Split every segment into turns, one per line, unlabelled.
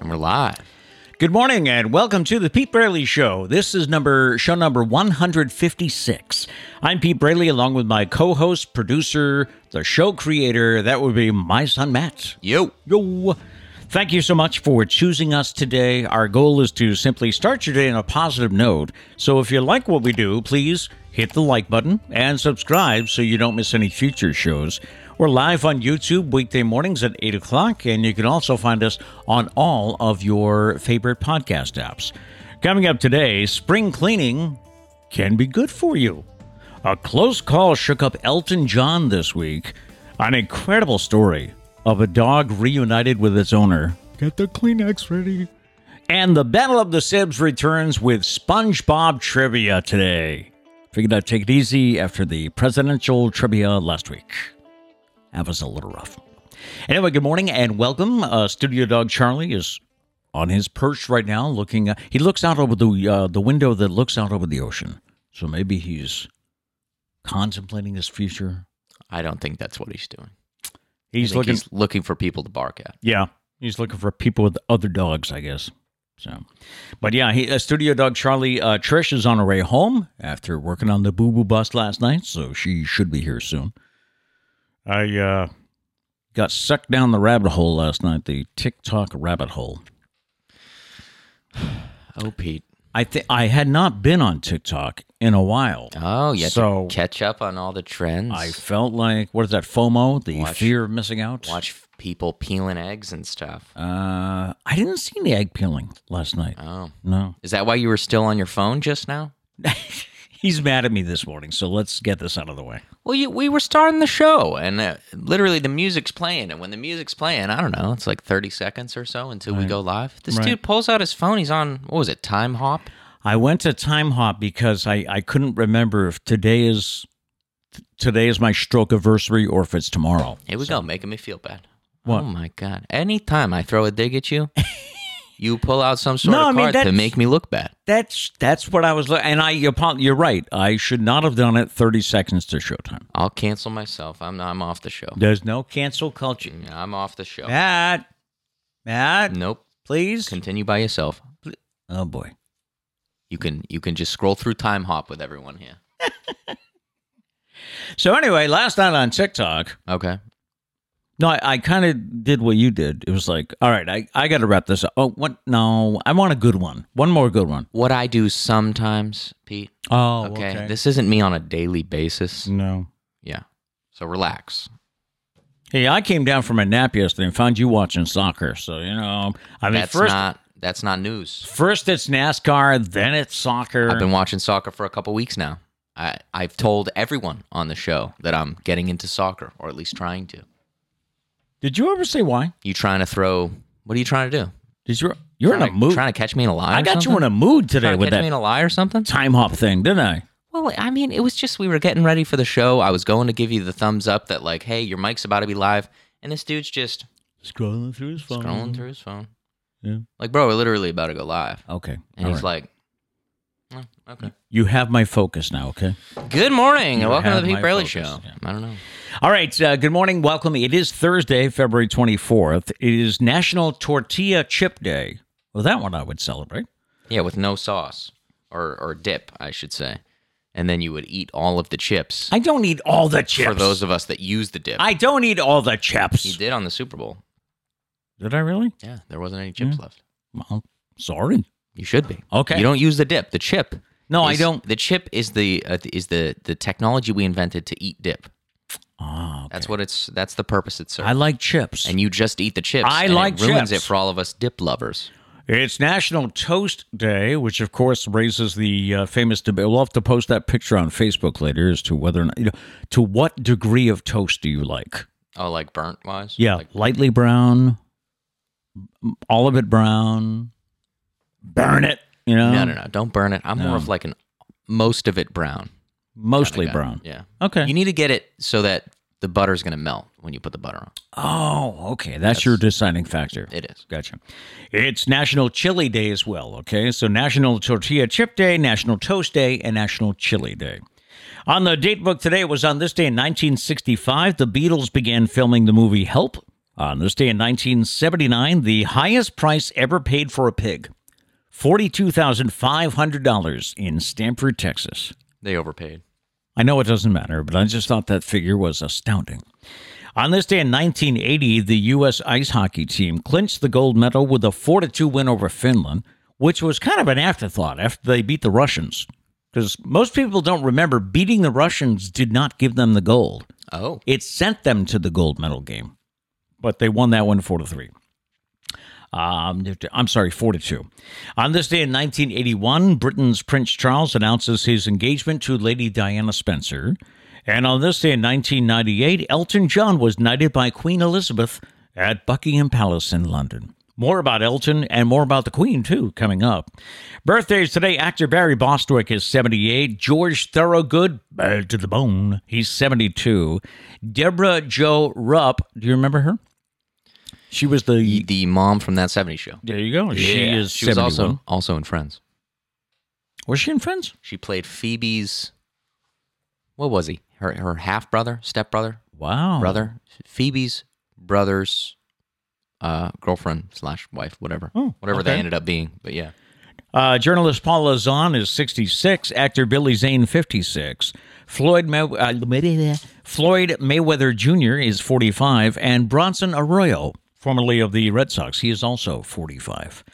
live.
Good morning and welcome to the Pete Braley Show. This is number show number 156. I'm Pete Braley along with my co-host, producer, the show creator, that would be my son Matt.
Yo.
Yo. Thank you so much for choosing us today. Our goal is to simply start your day on a positive note. So if you like what we do, please hit the like button and subscribe so you don't miss any future shows. We're live on YouTube weekday mornings at 8 o'clock, and you can also find us on all of your favorite podcast apps. Coming up today, spring cleaning can be good for you. A close call shook up Elton John this week. An incredible story of a dog reunited with its owner.
Get the Kleenex ready.
And the Battle of the Sibs returns with SpongeBob trivia today. Figured I'd take it easy after the presidential trivia last week. That was a little rough. Anyway, good morning and welcome. Uh, Studio Dog Charlie is on his perch right now, looking. Uh, he looks out over the uh, the window that looks out over the ocean. So maybe he's contemplating his future.
I don't think that's what he's doing.
He's
I think
looking.
he's looking for people to bark at.
Yeah, he's looking for people with other dogs, I guess. So, but yeah, he, uh, studio dog Charlie uh, Trish is on her way home after working on the Boo Boo bus last night, so she should be here soon. I uh, got sucked down the rabbit hole last night, the TikTok rabbit hole.
Oh, Pete.
I think I had not been on TikTok in a while.
Oh, you have
So-
to catch up on all the trends.
I felt like what is that FOMO, the fear of missing out.
watch people peeling eggs and stuff.
Uh, I didn't see any egg peeling last night.
Oh,
No.
is that why you were still on your phone just now?
He's mad at me this morning, so let's get this out of the way.
Well, you, we were starting the show, and uh, literally the music's playing. And when the music's playing, I don't know, it's like thirty seconds or so until we go live. This dude pulls out his phone. He's on what was it? Time hop.
I went to Time Hop because I, I couldn't remember if today is t- today is my stroke anniversary or if it's tomorrow.
Here we go, making me feel bad.
What?
Oh my god! Anytime I throw a dig at you, you pull out some sort
No, I
of
mean,
card to
that's-
make me look bad.
That's that's what I was looking. And I apo- you're right. I should not have done it 30 seconds to showtime.
I'll cancel myself. I'm I'm off the show.
There's no cancel culture.
Yeah, I'm off the show.
Matt, Matt,
Nope.
please.
Continue by yourself.
Oh boy.
You can you can just scroll through time hop with everyone here.
So anyway, last night on TikTok,
Okay.
No, I, I kind of did what you did. It was like, all right, I, I got to wrap this up. Oh, what? No, I want a good one. One more good one.
What I do sometimes, Pete.
Oh,
okay. This isn't me on a daily basis.
no.
Yeah. So relax.
Hey, I came down from a nap yesterday and found you watching soccer. So you know, I mean,
That's
first,
not that's not news.
first it's NASCAR, then it's soccer.
I've been watching soccer for a couple weeks now. I, I've told everyone on the show that I'm getting into soccer, or at least trying to.
did you ever say why?
You trying to throw? What are you trying to do?
Did you? You're in a mood.
Trying to catch me in a lie?
I
or
got you
something?
in a mood today
Trying to
with
catch me in a
that
lie or something?
time hop thing, didn't I?
Well, I mean, it was just we were getting ready for the show. I was going to give you the thumbs up that like, hey, your mic's about to be live, and this dude's just
Scrolling through his phone.
scrolling through his phone.
Um, Yeah.
Like, bro, we're literally about to go live,
Okay.
and
all
he's
right.
like, "Oh, okay.
you have my focus now. Okay.
Good morning,
You
and welcome to
have
the Pete
my
Braley
focus,
Show.
yeah.
I don't know.
All right. Uh, good morning. Welcome. It is Thursday, February 24th. It is National Tortilla Chip Day. Well, that one I would celebrate.
Yeah, with no sauce or or dip, I should say, and then you would eat all of the chips.
I don't eat all the chips.
For those of us that use the dip,
I don't eat all the
he
chips.
did on the Super Bowl.
Did I really?
Yeah, there wasn't any chips left.
Well, sorry.
You should be
Hmm. Okay.
You don't use the dip. The chip.
No, I
is-
don't.
The chip is the uh, is the the technology we invented to eat dip.
Ah, okay.
That's what it's. That's the purpose it serves.
I like chips.
and you just eat the chips.
I
and
like
it ruins
chips.
it for all of us dip lovers.
It's National Toast Day, which of course raises the uh, famous debate. We'll have to post that picture on Facebook later as to whether or not, you know, to what degree of toast do you like?
Oh, like burnt wise.
Yeah,
Like,
lightly brown, m- all of it brown. Burn it, you know.
no, no, no. Don't burn it. I'm more of like an most of it brown.
Mostly
guy.
brown.
Yeah.
Okay.
You need to get it so that the butter's gonna melt when you put the butter on.
oh, okay. That's, your deciding factor.
It is.
Gotcha. It's National Chili Day as well, okay? So National Tortilla Chip Day, National Toast Day, and National Chili Day. On the date book today, it was on this day in 1965, the Beatles began filming the movie Help, On this day in 1979, the highest price ever paid for a pig $42,500 in Stamford, Texas.
They overpaid.
I know it doesn't matter, but I just thought that figure was astounding. On this day in 1980, the U.S. ice hockey team clinched the gold medal with a 4 2 win over Finland, which was kind of an afterthought after they beat the Russians. Because most people don't remember beating the Russians did not give them the gold.
Oh.
It sent them to the gold medal game, but they won that one four to three. Um, I'm sorry, four to two. On this day in 1981, Britain's Prince Charles announces his engagement to Lady Diana Spencer, and on this day in 1998, Elton John was knighted by Queen Elizabeth at Buckingham Palace in London. More about Elton and more about the Queen, too, coming up. Birthdays today actor Barry Bostwick is 78, George Thorogood, bad to the bone, he's 72, Deborah Jo Rupp, do you remember her? She was the.
The mom from that 70s show.
There you go. She
Yeah.
is
She was also
71.
also in Friends.
Was she in Friends?
She played Phoebe's. What was he? Her her half brother, step brother,
Wow.
brother, Phoebe's brother's uh, girlfriend slash wife, whatever,
Oh,
whatever they
okay.
ended up being. But yeah,
Uh, journalist Paul Lazan is 66. Actor Billy Zane, 56. Floyd, May- uh, Floyd Mayweather Jr. is 45. And Bronson Arroyo, formerly of the Red Sox, he is also 45.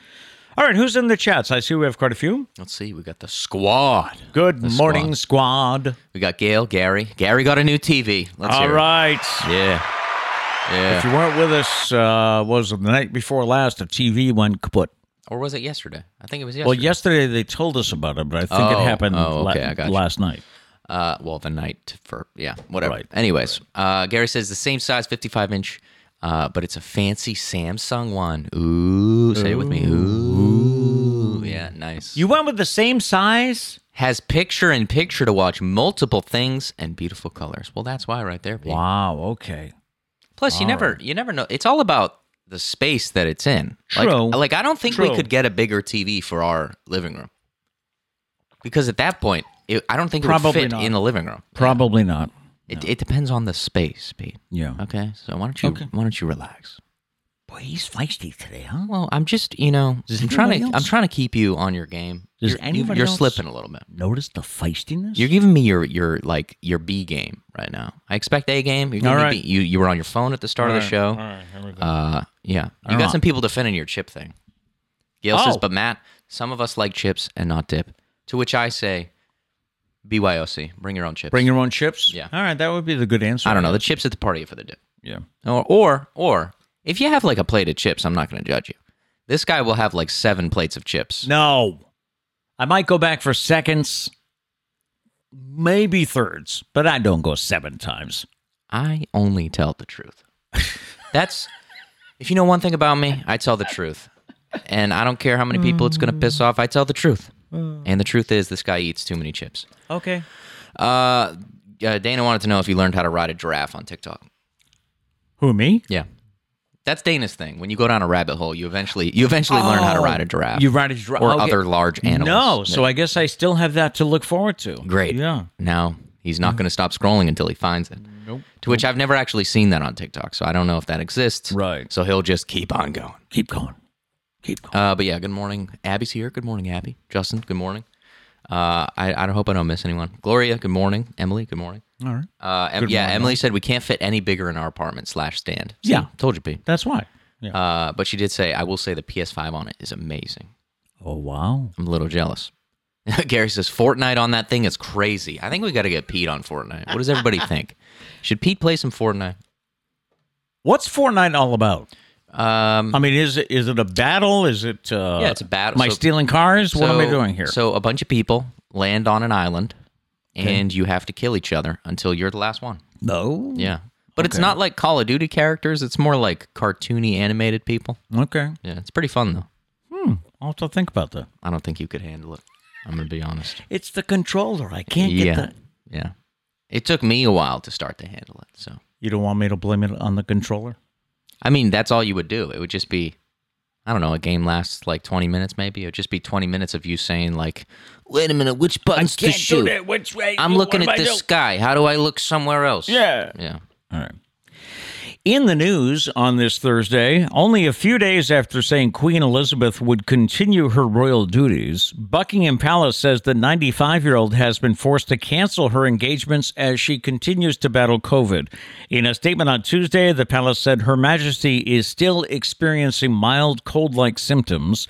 All right, who's in the chats? I see we have quite a few.
let's see. We got the squad.
Good
The
morning,
squad.
squad.
We got Gail, Gary. Gary got a new TV. Let's
All
hear it.
right.
Yeah, yeah.
If you weren't with us, uh, what was it the night before last? The TV went kaput.
or was it yesterday? I think it was yesterday.
Well, yesterday they told us about it, but I think it
Oh,
happened
oh, okay,
la-
I got you.
last night.
Uh, well, the night for yeah, whatever.
Right,
Anyways, uh, Gary says the same size, fifty-five inch, uh, but it's a fancy Samsung one. Ooh, say it with me. Ooh, yeah, nice.
You went with the same size?
has picture in picture to watch multiple things and beautiful colors. Well, that's why right there. Pete.
Wow. Okay.
Plus, you never you never know. It's all about the space that it's in. Like-
True.
Like, I don't think
True.
we could get a bigger TV for our living room because at that point, it, I don't think it
Probably
would fit
not.
in the living room.
Probably not.
It, it depends on the space, Pete.
Yeah.
Okay, so why don't you
Okay.
why don't you relax?
Uh, Boy, he's feisty today, huh?
Well, I'm just you know
Does
I'm trying to
anybody
I'm
else-
trying to keep you on your game.
Does
you're, you-
anybody
you're
else-
slipping a little bit.
Notice the feistiness.
You're giving me your your like your B game right now. I expect A game. You're giving
All
me
right.
B. You you were on your phone at the start of the show. Uh, yeah, you
All
got
right.
some people defending your chip thing. Gail says,
Oh.
but Matt, some of us like chips and not dip. To which I say, BYOC, bring your own chips.
Bring your own chips.
Yeah.
All right, that would be the good answer.
I don't know the chips at the party for the dip.
Yeah.
Or or or if you have like a plate of chips, I'm not going to judge you. This guy will have like seven plates of chips.
No. I might go back for seconds, maybe thirds, but I don't go seven times.
I only tell the truth. That's if you know one thing about me, I tell the truth. And I don't care how many people it's going to piss off, I tell the truth. And the truth is this guy eats too many chips.
Okay.
Uh, uh Dana wanted to know if you learned how to ride a giraffe on TikTok.
Who me?
Yeah. That's Dana's thing. When you go down a rabbit hole, you eventually you eventually learn how to
Oh,
ride a giraffe.
you ride a giraffe.
or
Okay.
other large animals.
No. So I guess I still have that to look forward to.
Great.
Yeah.
Now he's not going to stop scrolling until he finds it. Nope. To which I've never actually seen that on TikTok, so I don't know if that exists.
Right.
So he'll just keep on going.
Keep going. Keep going.
Uh, but yeah, good morning. Abby's here. Good morning, Abby. Justin, good morning. Uh, I, I hope I don't miss anyone. Gloria, good morning. Emily, good morning.
All right.
Uh, em- yeah, Emily said we can't fit any bigger in our apartment slash stand. See,
Yeah.
told you, Pete.
That's why. Yeah.
Uh, but she did say, I will say the PS5 on it is amazing.
oh wow.
I'm a little jealous. Gary says Fortnite on that thing is crazy. I think we got to get Pete on Fortnite. What does everybody think? Should Pete play some Fortnite?
What's Fortnite all about?
Um,
I mean, is it is it a battle? Is it uh,
Yeah, it's a battle.
Am I
So-
stealing cars? what am I doing here?
So a bunch of people land on an island, and you have to kill each other until you're the last one.
no.
Yeah, but it's
Hmm. Okay.
not like Call of Duty characters. It's more like cartoony animated people.
Okay.
Yeah, it's pretty fun though.
I'll have to think about that.
I don't think you could handle it. I'm gonna be honest.
It's the controller. I can't
yeah, yeah. It took me a while to start to handle it. So
You don't want me to blame it on the controller?
I mean, that's all you would do. It would just be, I don't know, a game lasts like 20 minutes, maybe. It would just be 20 minutes of you saying, like, wait a minute, which buttons to shoot?
Which way?
I'm looking at this sky. How do I look somewhere else?
Yeah.
Yeah.
All right. In the news on this Thursday, only a few days after saying Queen Elizabeth would continue her royal duties, Buckingham Palace says the 95 year old has been forced to cancel her engagements as she continues to battle COVID. In a statement on Tuesday, the palace said Her Majesty is still experiencing mild cold like symptoms.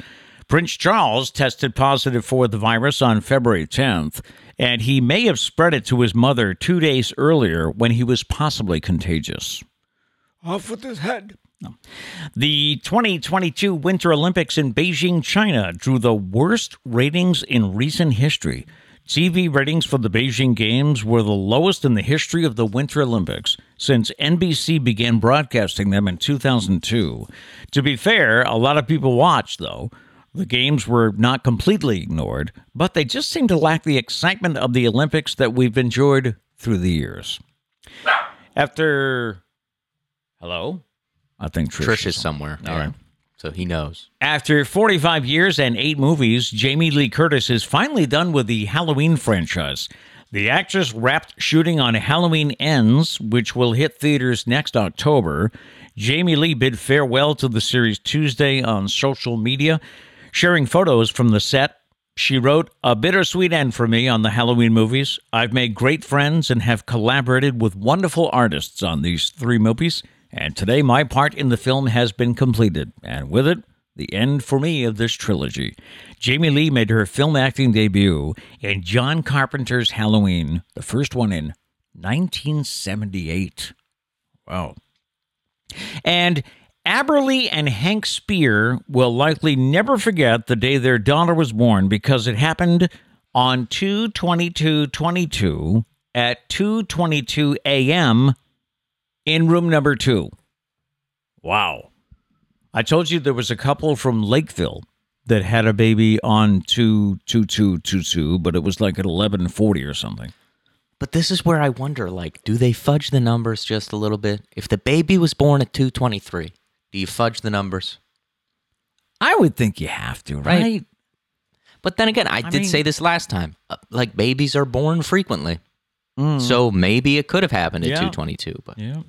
Prince Charles tested positive for the virus on February 10th, and he may have spread it to his mother two days earlier when he was possibly contagious.
Off with his head.
The 2022 Winter Olympics in Beijing, China drew the worst ratings in recent history. TV ratings for the Beijing Games were the lowest in the history of the Winter Olympics since NBC began broadcasting them in 2002. To be fair, a lot of people watched, though. The games were not completely ignored, but they just seem to lack the excitement of the Olympics that we've enjoyed through the years. After. Hello? I think Trish,
Trish is somewhere. All right. So he knows.
after 45 years and eight movies, Jamie Lee Curtis is finally done with the Halloween franchise. The actress wrapped shooting on Halloween Ends, which will hit theaters next October. Jamie Lee bid farewell to the series Tuesday on social media, sharing photos from the set. She wrote, A bittersweet end for me on the Halloween movies. I've made great friends and have collaborated with wonderful artists on these three movies. And today, my part in the film has been completed, and with it, the end for me of this trilogy. Jamie Lee made her film acting debut in John Carpenter's Halloween, the first one in 1978. Wow. And Aberley and Hank Spear will likely never forget the day their daughter was born because it happened on 22222 at 222 a.m. in room number 2. Wow. I told you there was a couple from Lakeville that had a baby on 22222, but it was like at 1140 or something.
But this is where I wonder like, do they fudge the numbers just a little bit? If the baby was born at 223, do you fudge the numbers?
I would think you have to,
Right.
right?
But then again, I, did
mean-
say this last time. uh, Like babies are born frequently.
Mm.
So maybe it could have happened at
Yeah.
222, but
Yeah.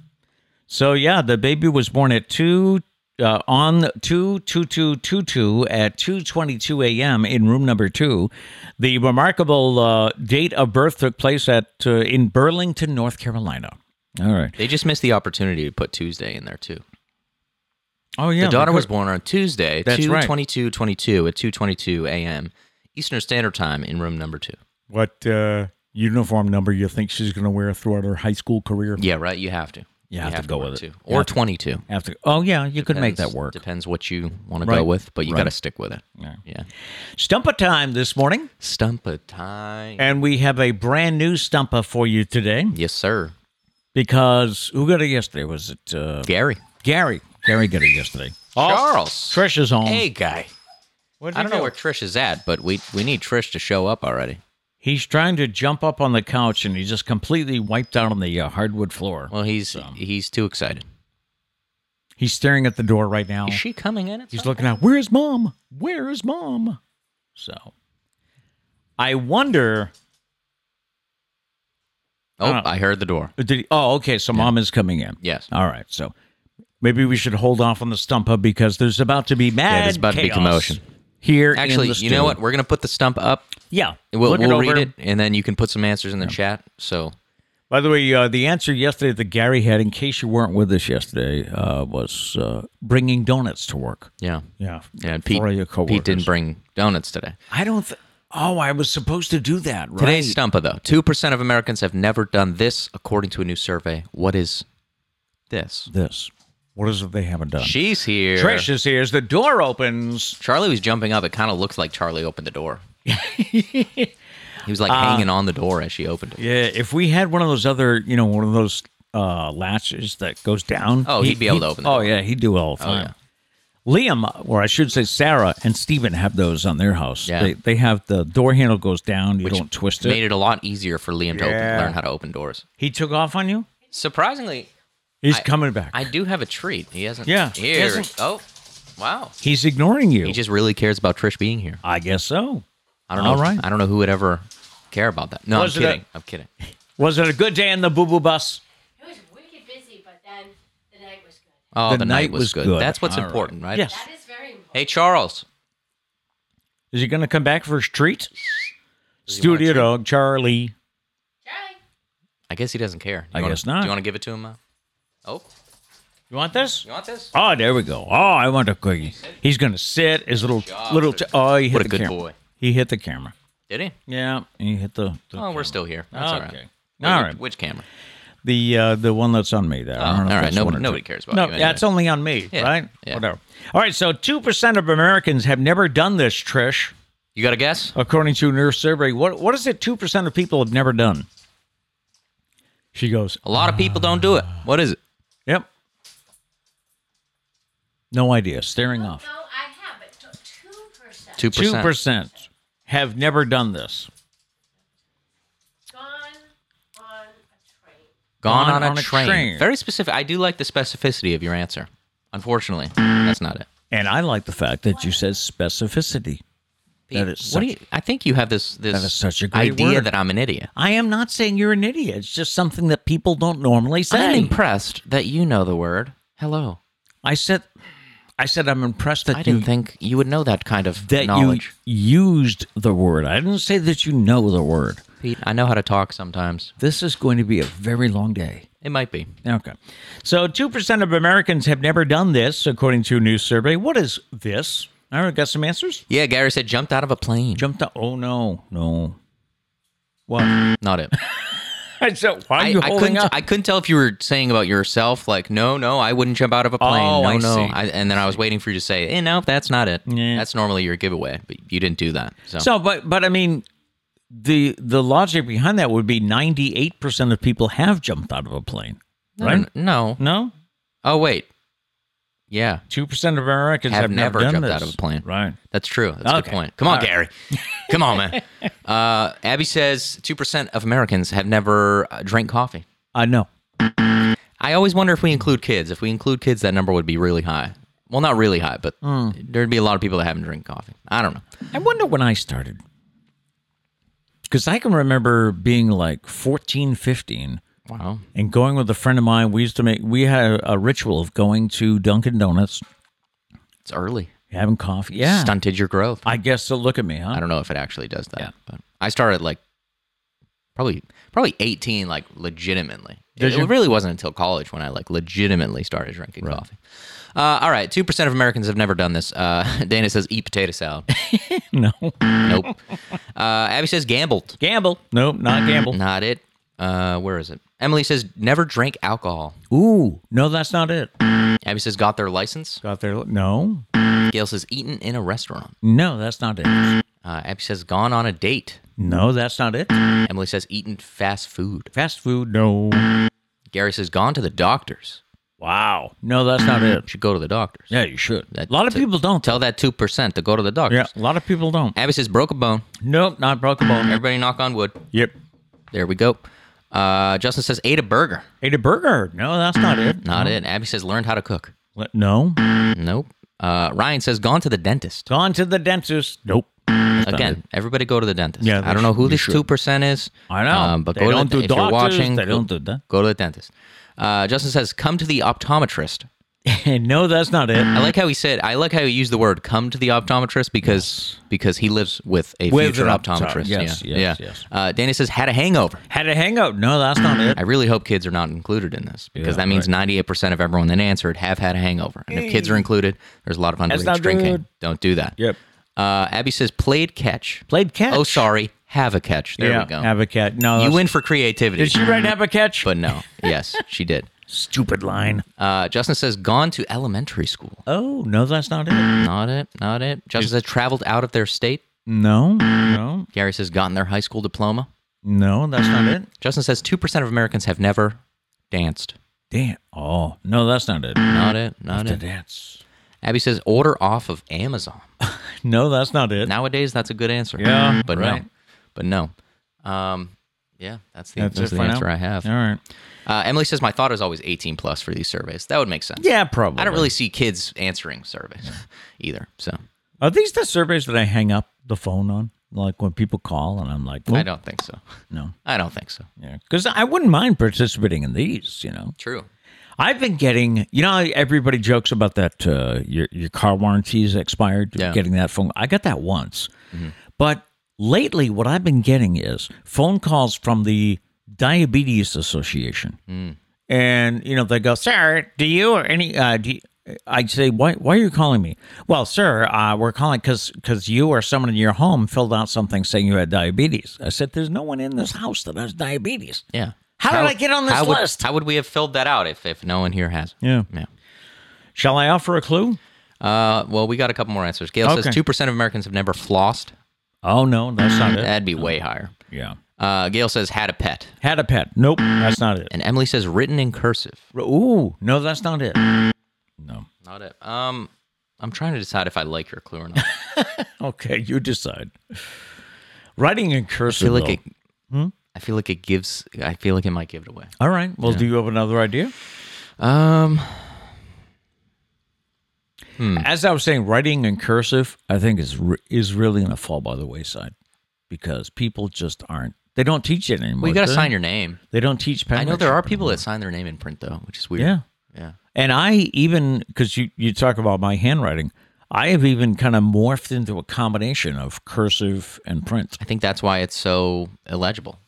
So yeah, the baby was born at two uh, on two two two two two at two twenty two a.m. in room number two. The remarkable uh, date of birth took place at uh, in Burlington, North Carolina. All right.
they just missed the opportunity to put Tuesday in there too.
Oh yeah,
the daughter was born on Tuesday,
That's right.
222 22 at 222 a.m. Eastern Standard Time in room number two.
What uh, uniform number you think she's going to wear throughout her high school career?
Yeah, right. You have to.
You have to go
work
with it.
two.
You
Or
have to-
22.
after. Oh yeah, you could make that
Depends-
work.
Depends what you want to
Right.
go with, but you
Right.
got to stick with it.
Yeah.
Yeah.
Stump a time this morning,
Stump a time.
and we have a brand new stumper for you today
yes, sir.
because who got it yesterday? Was it uh,
Gary.
Gary? Gary got it yesterday.
Charles.
Trish is on.
Hey, guy. I don't know where Trish is at, but we, we need Trish to show up already.
He's trying to jump up on the couch and he just completely wiped out on the uh, hardwood floor.
Well, he's he's too excited.
He's staring at the door right now.
Is she coming in? at
He's
some-
looking out, where is mom? Where is mom? So I wonder.
oh,
Uh,
I heard the door.
Did he, oh, okay. So mom is coming in.
Yes.
All right. So maybe we should hold off on the stump up because there's about to be mad.
there's about to be
chaos
commotion.
Here, in
Actually,
the
you know
studio.
what? We're gonna put the stump up.
Yeah,
We'll,
look
we'll
over.
read it, and then you can put some answers in the chat. So
By the way, uh, the answer yesterday that Gary had, in case you weren't with us yesterday, uh, was uh, bringing donuts to work.
yeah,
Yeah,
yeah. and Pete,
For your coworkers.
Pete didn't bring donuts today.
I don't. Th- oh, I was supposed to do that. Right?
Today's stumpa though. Two percent of Americans have never done this, according to a new survey. What is this?
this. What is it they haven't done?
She's here.
Trish is here. As the door opens,
Charlie was jumping up. It kind of looked like Charlie opened the door. he was like hanging
Uh,
on the door as she opened it.
yeah. If we had one of those other, you know, one of those uh, latches that goes down,
Oh,
he-
he'd be able to
he-
open the
Oh
door.
yeah, he'd do it all the time. Liam, or I should say Sarah and Steven have those on their house.
Yeah.
They, they have the door handle goes down. You
Which
don't twist
Made
it.
it a lot easier for Liam to
Yeah.
open, learn how to open doors.
He took off on you.
Surprisingly,
He's
I-
coming back.
I do have a treat. He hasn't.
Yeah, he
Here.
hasn't-
Oh, wow.
He's ignoring you.
He just really cares about Trish being here.
I guess so.
I don't know.
All right.
I don't know who would ever care about that. No,
Was
I'm
it a-
kidding. i I'm kidding.
Was it a good day in the boo boo bus?
It was wicked busy, but then the night
Oh,
The
the,
night
night, was,
was
good.
good.
That's what's
All right.
important, right?
Yes.
That is very important.
Hey, Charles.
Is he going to come back for his treat?
he want a
Studio
treat?
dog Charlie.
Charlie.
I guess he doesn't care.
I
You wanna-
guess not.
Do you want to give it to him? Uh, oh,
You want this?
you want this?
Oh, there we go. Oh, I want a cookie. He's going to sit his little little. T- oh, he
Ah,
hit
What a
the
good
camera.
boy.
He hit the camera.
Did he?
Yeah, he hit the. the
Oh, we're
camera.
still here. That's all
Okay.
right.
All
Wait,
right.
Which, which camera?
The uh, the one that's on me there. I
Oh,
don't know if
all right.
that's
Nobody-
one or
nobody
two.
cares about
no,
you anyway.
that's only on me,
Yeah,
right?
yeah.
Whatever. All right, so two percent of Americans have never done this, Trish,
You got a guess?
according to a new survey. What what is it? Two percent of people have never done.
She goes,
A lot of people don't do it. What is it?
Yep. No idea. Staring off.
No, I have, but two percent.
Two
Two
percent.
percent have never done this.
Gone on a train.
Gone,
Gone
on,
on
a,
a
train.
train.
Very specific. I do like the specificity of your answer. Unfortunately, that's not it.
And I like the fact that you said specificity. That is
what do you?
such-
I think you have this this
is such a great
idea
word.
that I'm an idiot.
I am not saying you're an idiot. It's just something that people don't normally say.
I'm impressed that you know the word hello.
I said, I said I'm impressed that
I
you
didn't think you would know that kind of
that
knowledge,
you used the word. I didn't say that you know the word.
Pete. I know how to talk sometimes.
This is going to be a very long day.
It might be.
Okay. So 2% of Americans have never done this, according to a new survey. What is this? All right, got some answers.
Yeah, Gary said jumped out of a plane.
Jumped out. Oh, no. No. What?
Not it.
I said, why are
I,
you
I
holding
couldn't.
up?
I couldn't tell if you were saying about yourself, like, no, no, I wouldn't jump out of a plane.
Oh,
no,
I
no.
see.
I, and then I was waiting for you to say, eh, no, that's not it.
Yeah.
That's normally your giveaway, but you didn't do that. So,
so, but, but I mean, the the logic behind that would be 98% of people have jumped out of a plane,
no,
right?
no.
No?
Oh wait, yeah,
Two percent of Americans have,
Have never
done
jumped
this.
out of a plane.
Right.
that's true. That's a
Okay.
good point. Come on,
All right.
Gary. Come on, man. Uh, Abby says two percent of Americans have never uh, drank coffee.
I know.
I always wonder if we include kids. If we include kids, that number would be really high. Well, not really high, but
Hmm.
there'd be a lot of people that haven't drank coffee. I don't know.
I wonder when I started. Because I can remember being like 14, 15
Wow.
and going with a friend of mine. We used to make, we had a ritual of going to Dunkin' Donuts,
It's early.
having coffee. Yeah.
Stunted your growth.
I guess so. Look at me, huh?
I don't know if it actually does that.
Yeah.
But I started like probably probably 18 like legitimately.
Did
it,
you?
it really wasn't until college when I like legitimately started drinking coffee. Uh, all right, 2% of Americans have never done this. Uh, Dana says eat potato salad.
No.
nope. Uh, Abby says gambled.
Gamble. Nope, not gamble.
Not it. Uh, where is it? Emily says never drank alcohol.
Ooh, no, that's not it.
Abby says got their license.
Got there. No,
Gail says eaten in a restaurant.
no, that's not it.
Uh, Abby says gone on a date.
No, that's not it.
Emily says eaten fast food.
Fast food. No.
Gary says gone to the doctors.
Wow. No, that's not it.
Should go to the doctors.
Yeah, you should.
That-
a lot of
to-
people don't.
Tell that two percent to go to the doctors.
Yeah, a lot of people don't.
Abby says broke a bone.
Nope, not broke a bone.
Everybody knock on wood.
Yep.
There we go. Uh, Justin says ate a burger.
Ate a burger. No, that's not it.
Not it. Abby says learned how to cook.
Le- No.
Nope. Uh, Ryan says gone to the dentist.
Gone to the dentist. Nope.
Again, everybody go to the dentist.
Yeah, they
I don't know
should-
who
you
this
should.
two percent is. um,
I know.
but
They
go
don't
to the,
do
if you're
doctors,
watching,
they
go-
don't do that.
Go to the dentist. Uh, Justin says come to the optometrist.
no, that's not it.
I like how he said. I like how he used the word "come to the optometrist" because because he lives with a
With
future
an optom-
optometrist.
yes,
yeah,
yes,
yeah.
yes.
Uh, Dana says had a hangover.
Had a hangout. No, that's not it.
I really hope kids are not included in this because
Yeah,
that means 98% of everyone that answered have had a hangover. And if kids are included, there's a lot of
not
underage drinking.
good.
Don't do that.
Yep.
Uh, Abby says played catch.
Played catch.
Oh, sorry. Have a catch. There
yeah,
we go.
Have a cat. No.
you
that's-
win for creativity.
Did she write have a catch?
But no. Yes, she did.
Stupid line.
Uh, Justin says gone to elementary school.
Oh, no, that's not it.
Not it. Not it. Justin says traveled out of their state.
No. No.
Gary says gotten their high school diploma.
No, that's not it.
Justin says 2% of Americans have never danced.
Damn. Oh, no, that's not it.
Not it. Not
The
it.
dance.
Abby says order off of Amazon.
No, that's not it.
Nowadays, that's a good answer. Mm-hmm.
Yeah,
but
right.
no, but no. Um, yeah, that's the,
That's
that's
it
the
for now.
answer I have.
All right.
Uh, Emily says my thought is always 18 plus for these surveys. That would make sense.
Yeah, probably.
I don't really see kids answering surveys either. So
Are these the surveys that I hang up the phone on? Like when people call and I'm like,
I
"Oop,
don't think so.
No.
I don't think so.
Yeah, because I wouldn't mind participating in these. You know,
True.
I've been getting, you know, how everybody jokes about that uh, your your car warranty is expired.
Yeah.
Getting that phone, I got that once, but lately what I've been getting is phone calls from the Diabetes Association, and you know they go, "Sir, do you or any?" Uh, do you, I'd say, why, why are you calling me? Well, sir, uh, we're calling because because you or someone in your home filled out something saying you had diabetes. I said, there's no one in this house that has diabetes.
Yeah.
How did I get on this
how would-
list?
how would we have filled that out if, if no one here has?
Yeah.
Yeah.
Shall I offer a clue?
Uh, well, we got a couple more answers. Gail
Okay.
says two percent of Americans have never flossed.
Oh no, that's not it.
That'd be way higher.
Yeah.
Uh, Gail says had a pet,
Had a pet. Nope, that's not it.
and Emily says written in cursive.
Ooh, no, that's not it.
Not it. Um, I'm trying to decide if I like your clue or not. I
Okay, you decide. Writing in cursive.
feel like
though.
it.
Hmm?
I feel like it gives. I feel like it might give it away.
All right. Well, do you have another idea?
Um,
As I was saying, writing in cursive, I think is re- is really going to fall by the wayside because people just aren't. They don't teach it anymore.
well, you got to
do
sign
they?
your name.
They don't teach pen.
I know there are
workshop
people that sign their name in print though, which is weird.
anymore. Yeah.
Yeah.
And I even because you you talk about my handwriting, I have even kind of morphed into a combination of cursive and print.
I think that's why it's so illegible.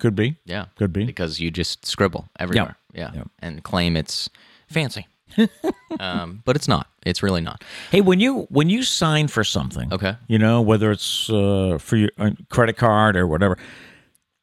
Could be.
Yeah.
Could be.
Because you just scribble everywhere. Yeah.
Yep.
And claim it's fancy. um, but it's not. It's really not.
Hey, when you when you sign for something,
Okay.
you know whether it's uh, for your uh, credit card or whatever,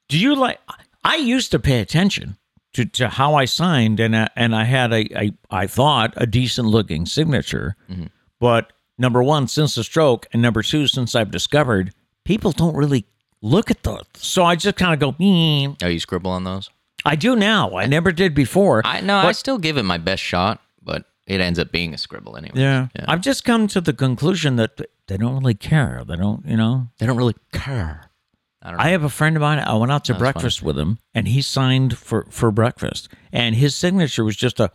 do you like? I used to pay attention to, to how I signed, and I, and I had a, a I thought a decent looking signature,
Mm-hmm.
but number one, since the stroke, and number two, since I've discovered people don't really look at those, so I just kind of go. Mm.
Oh, you scribble on those?
I do now. I never did before.
I no, I
But-
still give it my best shot, but it ends up being a scribble anyway.
yeah. I've just come to the conclusion that they don't really care. They don't, you know.
They don't really care.
I have a friend of mine. I went out to breakfast with him, and he signed for for breakfast, and his signature was just a.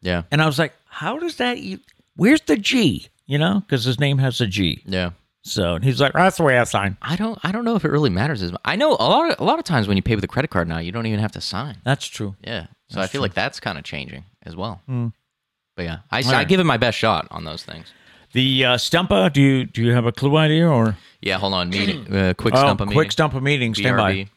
Yeah.
And I was like, "How does that? e- Where's the G? You know, because his name has a G.
Yeah.
So and he's like, "That's the way I sign."
I don't I don't know if it really matters as much. I know a lot of, a lot of times when you pay with a credit card now, you don't even have to sign.
That's true.
Yeah. So I feel like that's kind of changing as well.
Hmm.
But yeah, I, I give it my best shot on those things.
The uh, Stumpa. Do you do you have a clue idea or
Yeah, hold on. Meeting, uh, quick stump
oh,
a meeting.
quick Stumpa meeting? Stand by.
BRB.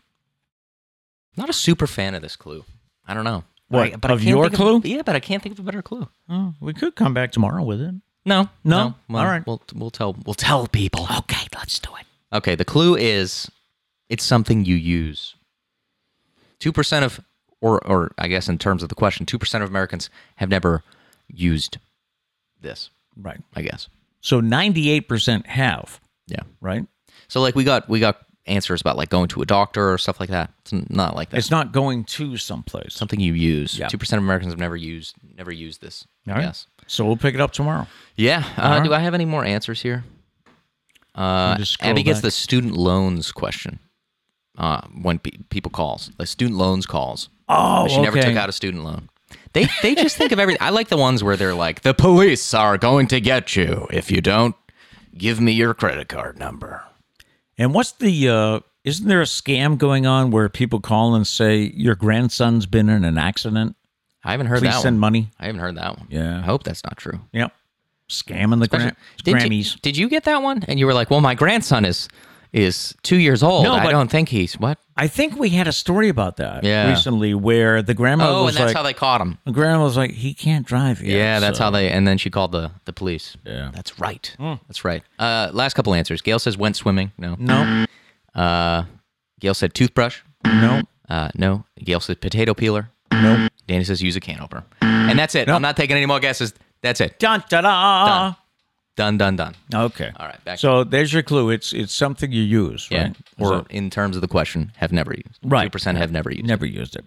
Not a super fan of this clue. I don't know.
What,
I- I
of
can't
your
think
clue?
yeah, but I can't think of a better clue.
Oh, we could come back tomorrow with it.
No,
No?
Well,
All right.
We'll we'll tell we'll tell people. Okay, let's do it. Okay, the clue is it's something you use. Two percent of, or or I guess in terms of the question, two percent of Americans have never used this.
Right.
I guess.
So ninety eight percent have
Yeah.
right.
So like we got we got answers about like going to a doctor or stuff like that. It's not like that.
It's not going to someplace.
something you use. Two
Yeah.
percent of Americans have never used never used this.
All right.
Yes.
So we'll pick it up tomorrow.
Yeah. Uh,
right.
Do I have any more answers here? Uh,
just scroll
Abby gets
back.
the student loans question uh, when pe- people calls the student loans calls.
Oh,
she never took out a student loan. They they just think of everything. I like the ones where they're like, the police are going to get you if you don't give me your credit card number.
And what's the uh isn't there a scam going on where people call and say your grandson's been in an accident?
I haven't heard
Please
that
send
one.
money.
I haven't heard that one.
Yeah.
I hope that's not true.
Yep. Scamming the gran-
Did you,
Grammys.
did you get that one? And you were like, "Well, my grandson is is two years old.
No,
I
but-
don't think he's what."
I think we had a story about that
Yeah.
recently where the grandma
Oh,
was
and that's
like
how they caught him.
the grandma was like, he can't drive yet.
yeah, that's
so-
how they. And then she called the the police.
Yeah. Hmm.
that's right. That's right. Uh, last couple answers. Gail says went swimming. No.
No,
Uh, Gail said toothbrush.
no,
Uh, no. Gail said potato peeler.
no.
Danny says use a can opener. And that's it. I'm not taking any more guesses. That's it.
Dun da da.
Done. Done. Done. Done.
Okay.
All right, back-
so there's your clue. It's it's something you use,
Yeah.
right?
Or
So-
in terms of the question, have never used.
Right.
Two percent have never used.
Never used it.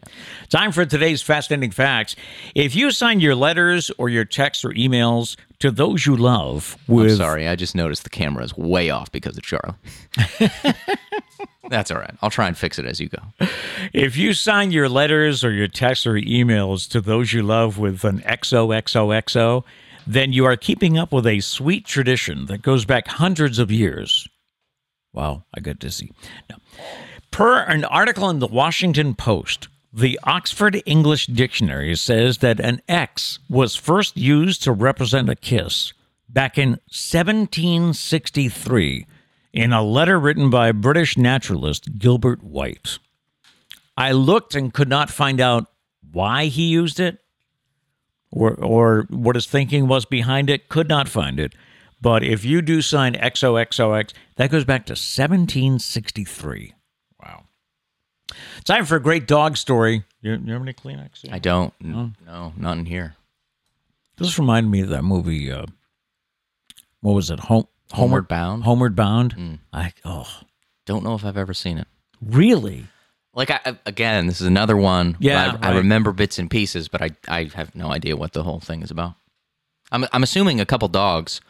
Time for today's fascinating facts. If you sign your letters or your texts or emails to those you love with
I'm sorry, I just noticed the camera is way off because of Charlie. That's all right. I'll try and fix it as you go.
if you sign your letters or your texts or emails to those you love with an XOXOXO, then you are keeping up with a sweet tradition that goes back hundreds of years. Wow, I got dizzy. No. Per an article in the Washington Post, The Oxford English Dictionary says that an X was first used to represent a kiss back in 1763 in a letter written by British naturalist Gilbert White. I looked and could not find out why he used it or, or what his thinking was behind it, could not find it. But if you do sign XOXOX, that goes back to 1763. Wow. Time for a great dog story. You, you have any Kleenex?
I don't.
Oh.
No, none here.
This reminded me of that movie. Uh, what was it? Home,
Homeward Bound? Mm.
Homeward Bound. I oh
Don't know if I've ever seen it.
really?
Like I- I, again, this is another one. where
Yeah,
I,
right.
I remember bits and pieces, but I, I have no idea what the whole thing is about. I'm, I'm assuming a couple dogs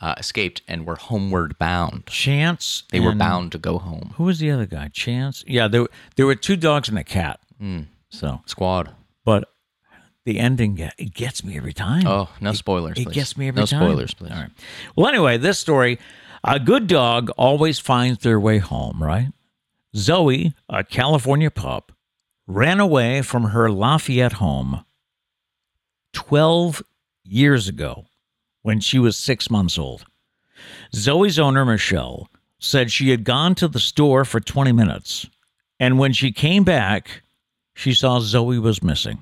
uh, escaped and were homeward bound.
Chance.
They were
and-
bound to go home.
Who was the other guy? Chance. Yeah, there were- there were two dogs and a cat. So,
Squad.
but the ending get- it gets me every time.
Oh, no spoilers.
It
please.
gets me every
no
time.
No spoilers, please.
All right. Well, anyway, this story a good dog always finds their way home, right? Zoe, a California pup, ran away from her Lafayette home 12 years ago when she was six months old. Zoe's owner, Michelle, said she had gone to the store for 20 minutes. And when she came back, she saw Zoe was missing.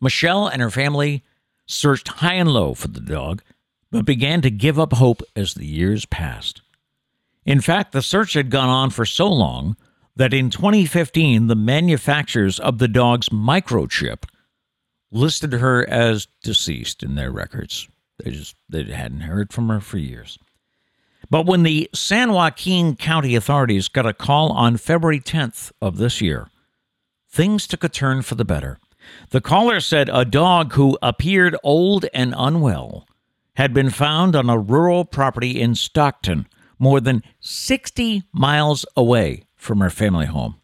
Michelle and her family searched high and low for the dog, but began to give up hope as the years passed. In fact, the search had gone on for so long that in 2015, the manufacturers of the dog's microchip listed her as deceased in their records. They just they hadn't heard from her for years. But when the San Joaquin County authorities got a call on February 10th of this year, things took a turn for the better. The caller said a dog who appeared old and unwell had been found on a rural property in Stockton, more than 60 miles away from her family home.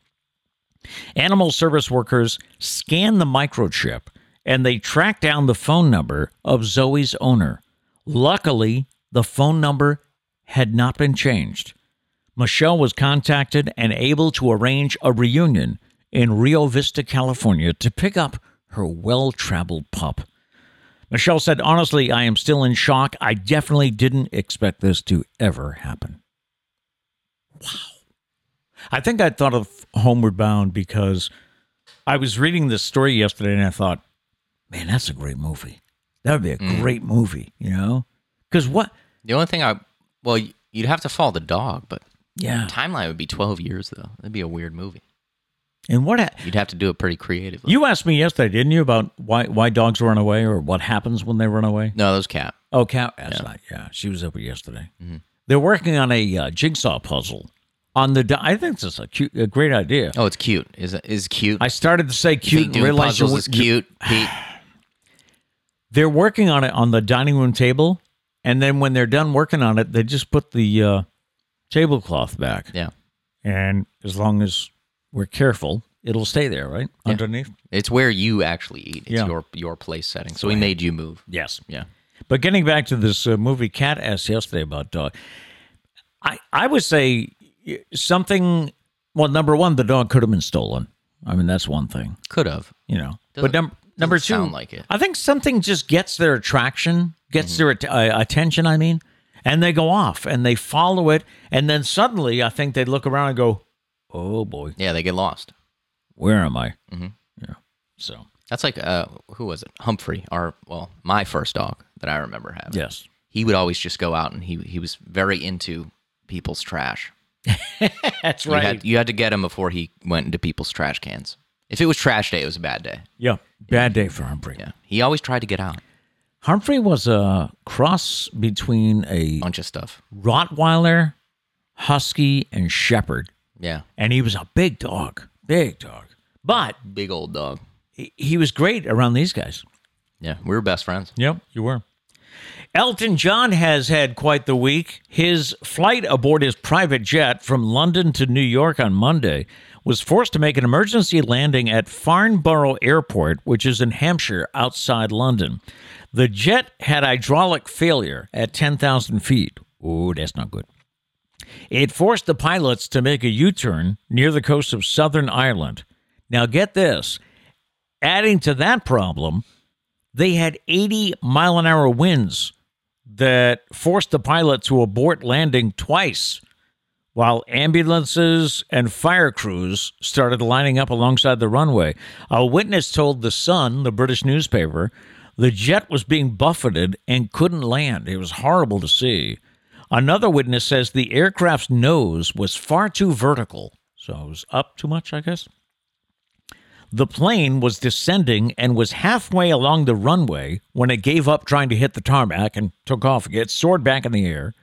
Animal service workers scanned the microchip and they tracked down the phone number of Zoe's owner. Luckily, the phone number had not been changed. Michelle was contacted and able to arrange a reunion in Rio Vista, California to pick up her well traveled pup. Michelle said, Honestly, I am still in shock. I definitely didn't expect this to ever happen.
I think I thought of Homeward Bound because I was reading this story yesterday and I thought,
Man, that's a great movie. That would be a great movie, you know? Because what?
The only thing I, well, y- you'd have to follow the dog, but
Yeah.
timeline would be 12 years, though. That'd be a weird movie.
And what? ha-
You'd have to do it pretty creatively.
You asked me yesterday, didn't you, about why, why dogs run away or what happens when they run away?
no, those cat.
Oh, Cat. That's yeah. Right. yeah, she was over yesterday.
Mm-hmm.
They're working on a uh, jigsaw puzzle on the. Do- I think this is a cute, a great idea.
Oh, it's cute. Is it is cute?
I started to say
You
cute,
think
and
doing
realized you
puzzles
wou-
is
you-
cute, Pete.
they're working on it on the dining room table, and then when they're done working on it, they just put the uh, tablecloth back,
Yeah,
and as long as we're careful, it'll stay there, right underneath.
it's where you actually eat. It's
Yeah.
your your place setting. So we made you move.
Yes.
Yeah.
But getting back to this uh, movie, Cat asked yesterday about dog. I I would say something. Well, number one, the dog could have been stolen. I mean, that's one thing,
Could have.
you know.
Doesn't-
but num- number two,
doesn't sound like it. Mm-hmm.
I think something just gets their attraction, gets their at- uh, attention. I mean, and they go off and they follow it, and then suddenly, I think they look around and go, "Oh boy,
Yeah, they get lost.
where am I?" Mm-hmm. Yeah. So
That's like uh, who was it? Humphrey, our well, my first dog that I remember having.
yes,
he would always just go out and he he was very into people's trash.
that's
You had you had to get him before he went into people's trash cans. If it was trash day, it was a bad day.
yeah, bad day for Humphrey.
Yeah, he always tried to get out.
Humphrey was a cross between a
Bunch of stuff.
Rottweiler, Husky, and Shepherd.
Yeah,
And he was a big dog, big dog. But
big old dog.
he- he was great around these guys.
Yeah, we were best friends.
Yep, you were. Elton John has had quite the week. His flight aboard his private jet from London to New York on Monday was forced to make an emergency landing at Farnborough Airport, which is in Hampshire outside London. The jet had hydraulic failure at 10,000 feet. Oh, that's not good. It forced the pilots to make a U turn near the coast of Southern Ireland. Now, get this adding to that problem, they had 80 mile an hour winds that forced the pilot to abort landing twice while ambulances and fire crews started lining up alongside the runway. A witness told The Sun, the British newspaper, the jet was being buffeted and couldn't land. It was horrible to see. Another witness says the aircraft's nose was far too vertical. So it was up too much, I guess. The plane was descending and was halfway along the runway when it gave up trying to hit the tarmac and took off again, It soared back in the air.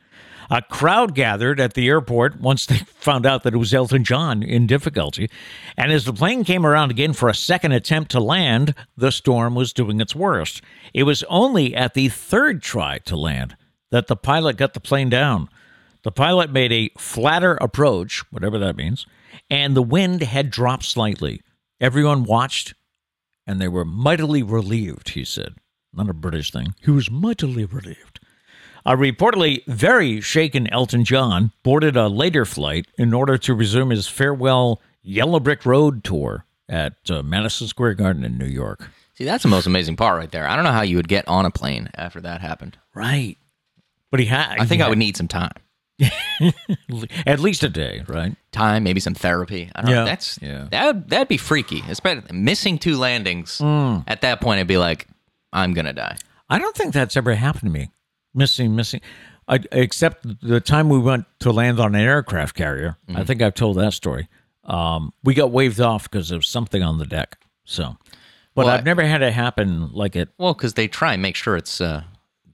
A crowd gathered at the airport once they found out that it was Elton John in difficulty. And as the plane came around again for a second attempt to land, the storm was doing its worst. It was only at the third try to land that the pilot got the plane down. The pilot made a flatter approach, whatever that means, and the wind had dropped slightly. Everyone watched, and they were mightily relieved, he said. Not a British thing. He was mightily relieved. A reportedly very shaken Elton John boarded a later flight in order to resume his farewell Yellow Brick Road tour at uh, Madison Square Garden in New York.
See, that's the most amazing part right there. I don't know how you would get on a plane after that happened.
Right. But he had.
I think I would need some time.
At least a day, right?
Time, maybe some therapy. I don't
Yeah.
know. That's
Yeah.
that would that'd be freaky. Especially missing two landings.
Mm.
At that point I'd be like, I'm gonna die.
I don't think that's ever happened to me. Missing, missing. I, except the time we went to land on an aircraft carrier.
Mm-hmm.
I think I've told that story. Um, we got waved off because of something on the deck. So, but
Well,
I've
I-
never had it happen like it.
Well, because they try and make sure it's uh,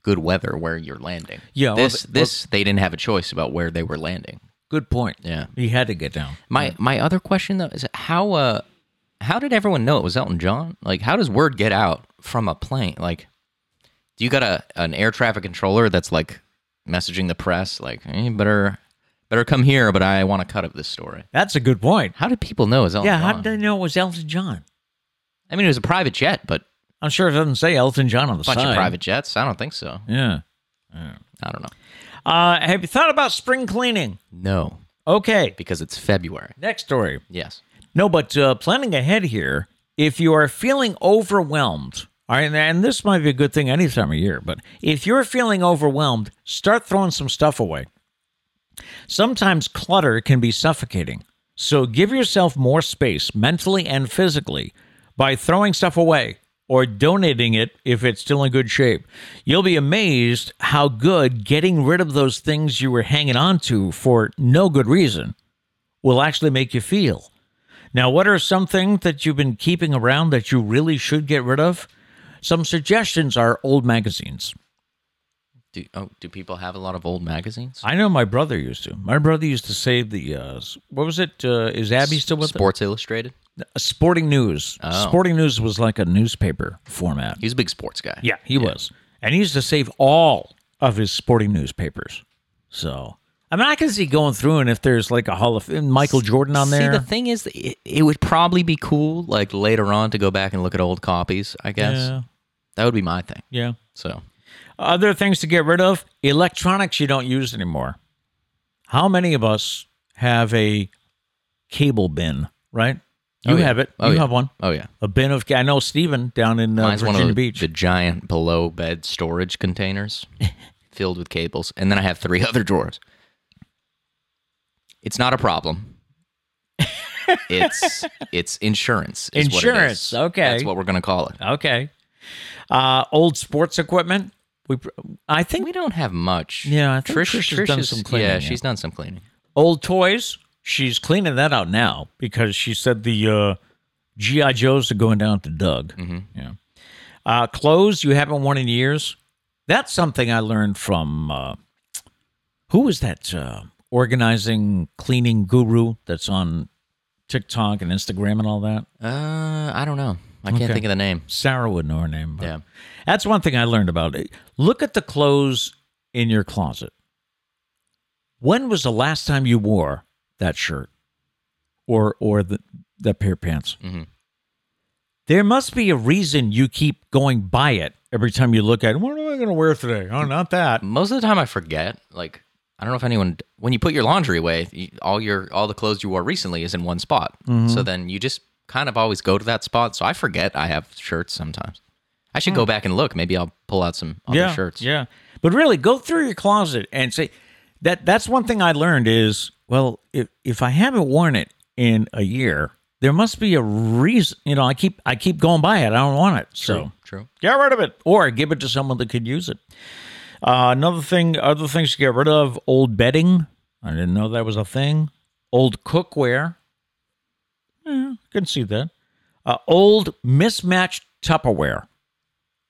good weather where you're landing.
Yeah, well,
This
th-
this they didn't have a choice about where they were landing.
Good point.
Yeah.
He had to get down.
My my other question though is how uh how did everyone know it was Elton John? Like how does word get out from a plane? Like do you got a an air traffic controller that's like messaging the press like hey, better better come here but I want to cut up this story.
That's a good point.
How did people know it was Elton
Yeah.
John?
How did they know it was Elton John?
I mean it was a private jet but
I'm sure it doesn't say Elton John on the
a bunch
side.
of private jets. I don't think so.
Yeah.
I don't know.
Uh, have you thought about spring cleaning?
No,
Okay.
because it's February.
Next story.
Yes.
No, but uh, planning ahead here, if you are feeling overwhelmed, all right, and- and this might be a good thing any time of year, but if you're feeling overwhelmed, start throwing some stuff away. Sometimes clutter can be suffocating. So give yourself more space mentally and physically by throwing stuff away or donating it if it's still in good shape. You'll be amazed how good getting rid of those things you were hanging on to for no good reason will actually make you feel. Now, what are some things that you've been keeping around that you really should get rid of? Some suggestions are old magazines.
Do oh, do people have a lot of old magazines?
I know my brother used to. My brother used to save the uh, s- what was it? Uh, is Abby still with
Sports Illustrated.
it? Sporting News.
Oh.
Sporting News was like a newspaper format.
He's a big sports guy.
Yeah, he was, and he used to save all of his sporting newspapers. So I mean, I can see going through, and if there's like a Hall of Fame, Michael Jordan on there.
See, the thing is, it, it would probably be cool, like later on, to go back and look at old copies. I guess
yeah,
that would be my thing.
yeah.
So
Other things to get rid of electronics you don't use anymore. How many of us have a cable bin, right? You
Oh, yeah.
have it.
Oh,
you
yeah.
have one.
Oh yeah,
A bin of, I know Steven down in uh,
mine's
Virginia
one of the,
Beach.
the giant below bed storage containers filled with cables, and then I have three other drawers. It's not a problem. it's it's insurance. Is What it
Insurance,
is.
okay.
That's what we're gonna call it.
okay. Uh, old sports equipment. We, pr- I think
We don't have much.
Yeah, I think
Trish,
Trish has done
is-
some cleaning,
Yeah,
yeah.
she's done some cleaning.
old toys. She's cleaning that out now because she said the uh, GI Joes are going down to Doug. Yeah. Uh, clothes you haven't worn in years. That's something I learned from uh, who was that uh, organizing cleaning guru that's on TikTok and Instagram and all that.
Uh, I don't know. I can't
Okay.
think of the name.
Sarah would know her name. but
Yeah.
That's one thing I learned about it. Look at the clothes in your closet. When was the last time you wore that shirt or or the, that pair of pants?
Mhm.
There must be a reason you keep going by it every time you look at it. What am I going to wear today? Oh, not that.
Most of the time, I forget. Like, I don't know if anyone.
Mm-hmm.
When you put your laundry away, you, all your all the clothes you wore recently is in one spot. So then you just kind of always go to that spot, so I forget I have shirts sometimes. I should go back and look. Maybe I'll pull out some other
Hmm. yeah,
shirts.
Yeah. But really go through your closet and say that that's one thing I learned is well, if if I haven't worn it in a year, there must be a reason you know, I keep I keep going by it. I don't want it. So
True.
get rid of it. Or give it to someone that could use it. Uh, another thing other things to get rid of, old bedding. I didn't know that was a thing. Old cookware. Yeah, can see that. Uh, old mismatched Tupperware.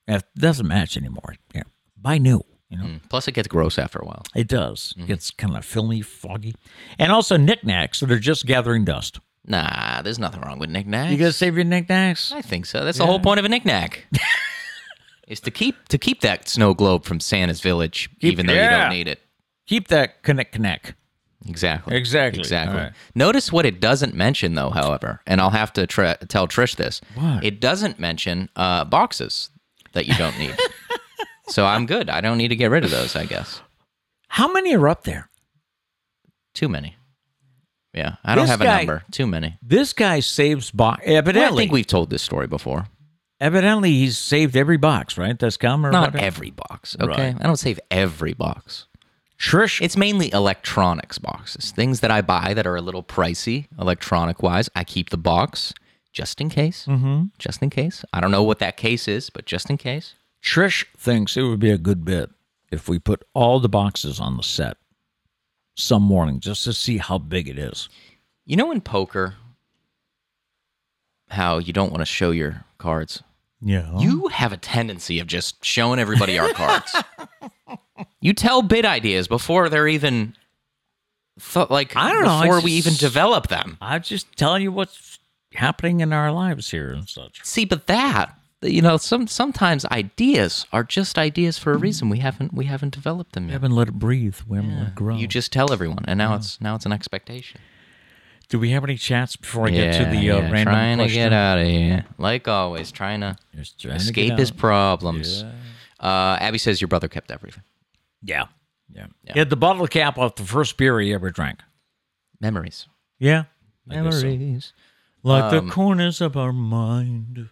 Yeah, It doesn't match anymore. Yeah. Buy new. You know,
Mm. Mm-hmm. Plus, it gets gross after a while.
it does. It's kind of filmy, foggy, and also knickknacks that are just gathering dust.
Nah, there's nothing wrong with knickknacks.
You gotta save your knickknacks.
I think so. That's the whole point of a knickknack. is to keep to keep that snow globe from Santa's village, even though you
yeah.
don't need it.
Keep that knickknack.
Exactly.
Exactly.
Exactly.
All right.
Notice what it doesn't mention, though. However, and I'll have to tra- tell Trish this.
What?
It doesn't mention uh, boxes that you don't need. so I'm good. I don't need to get rid of those. I guess
How many are up there?
too many. Yeah, I don't
This
have a
guy-
number. Too many.
This guy saves box.
Well, I
Evidently,
think we've told this story before.
evidently he's saved every box, right? That's common.
Not every box. Okay,
Right.
I don't save every box.
Trish.
It's mainly electronics boxes, things that I buy that are a little pricey electronic wise. I keep the box just in case. Mm-hmm. Just in case. I don't know what that case is, but just in case.
Trish thinks it would be a good bit if we put all the boxes on the set some morning just to see how big it is.
You know, in poker, how you don't want to show your cards.
Yeah.
You have a tendency of just showing everybody our cards. You tell bid ideas before they're even thought. Like
I don't know,
before
it's
we even
just-
develop them.
I'm just telling you what's happening in our lives here and such.
See, but that you know, some sometimes ideas are just ideas
Mm-hmm.
for a reason. We haven't we haven't developed them
We
yet.
haven't let it breathe. We haven't let it grow.
You just tell everyone, and now it's now it's an expectation.
Do we have any chats before I get to the uh,
yeah,
random
trying
question?
to get out of here, like always, trying to
Just trying to
escape
get
his
out.
problems. Uh, Abby says your brother kept everything.
Yeah. yeah. He had the bottle cap off the first beer he ever drank.
Memories.
Yeah.
I guess so.
Like
Um,
the corners of our mind.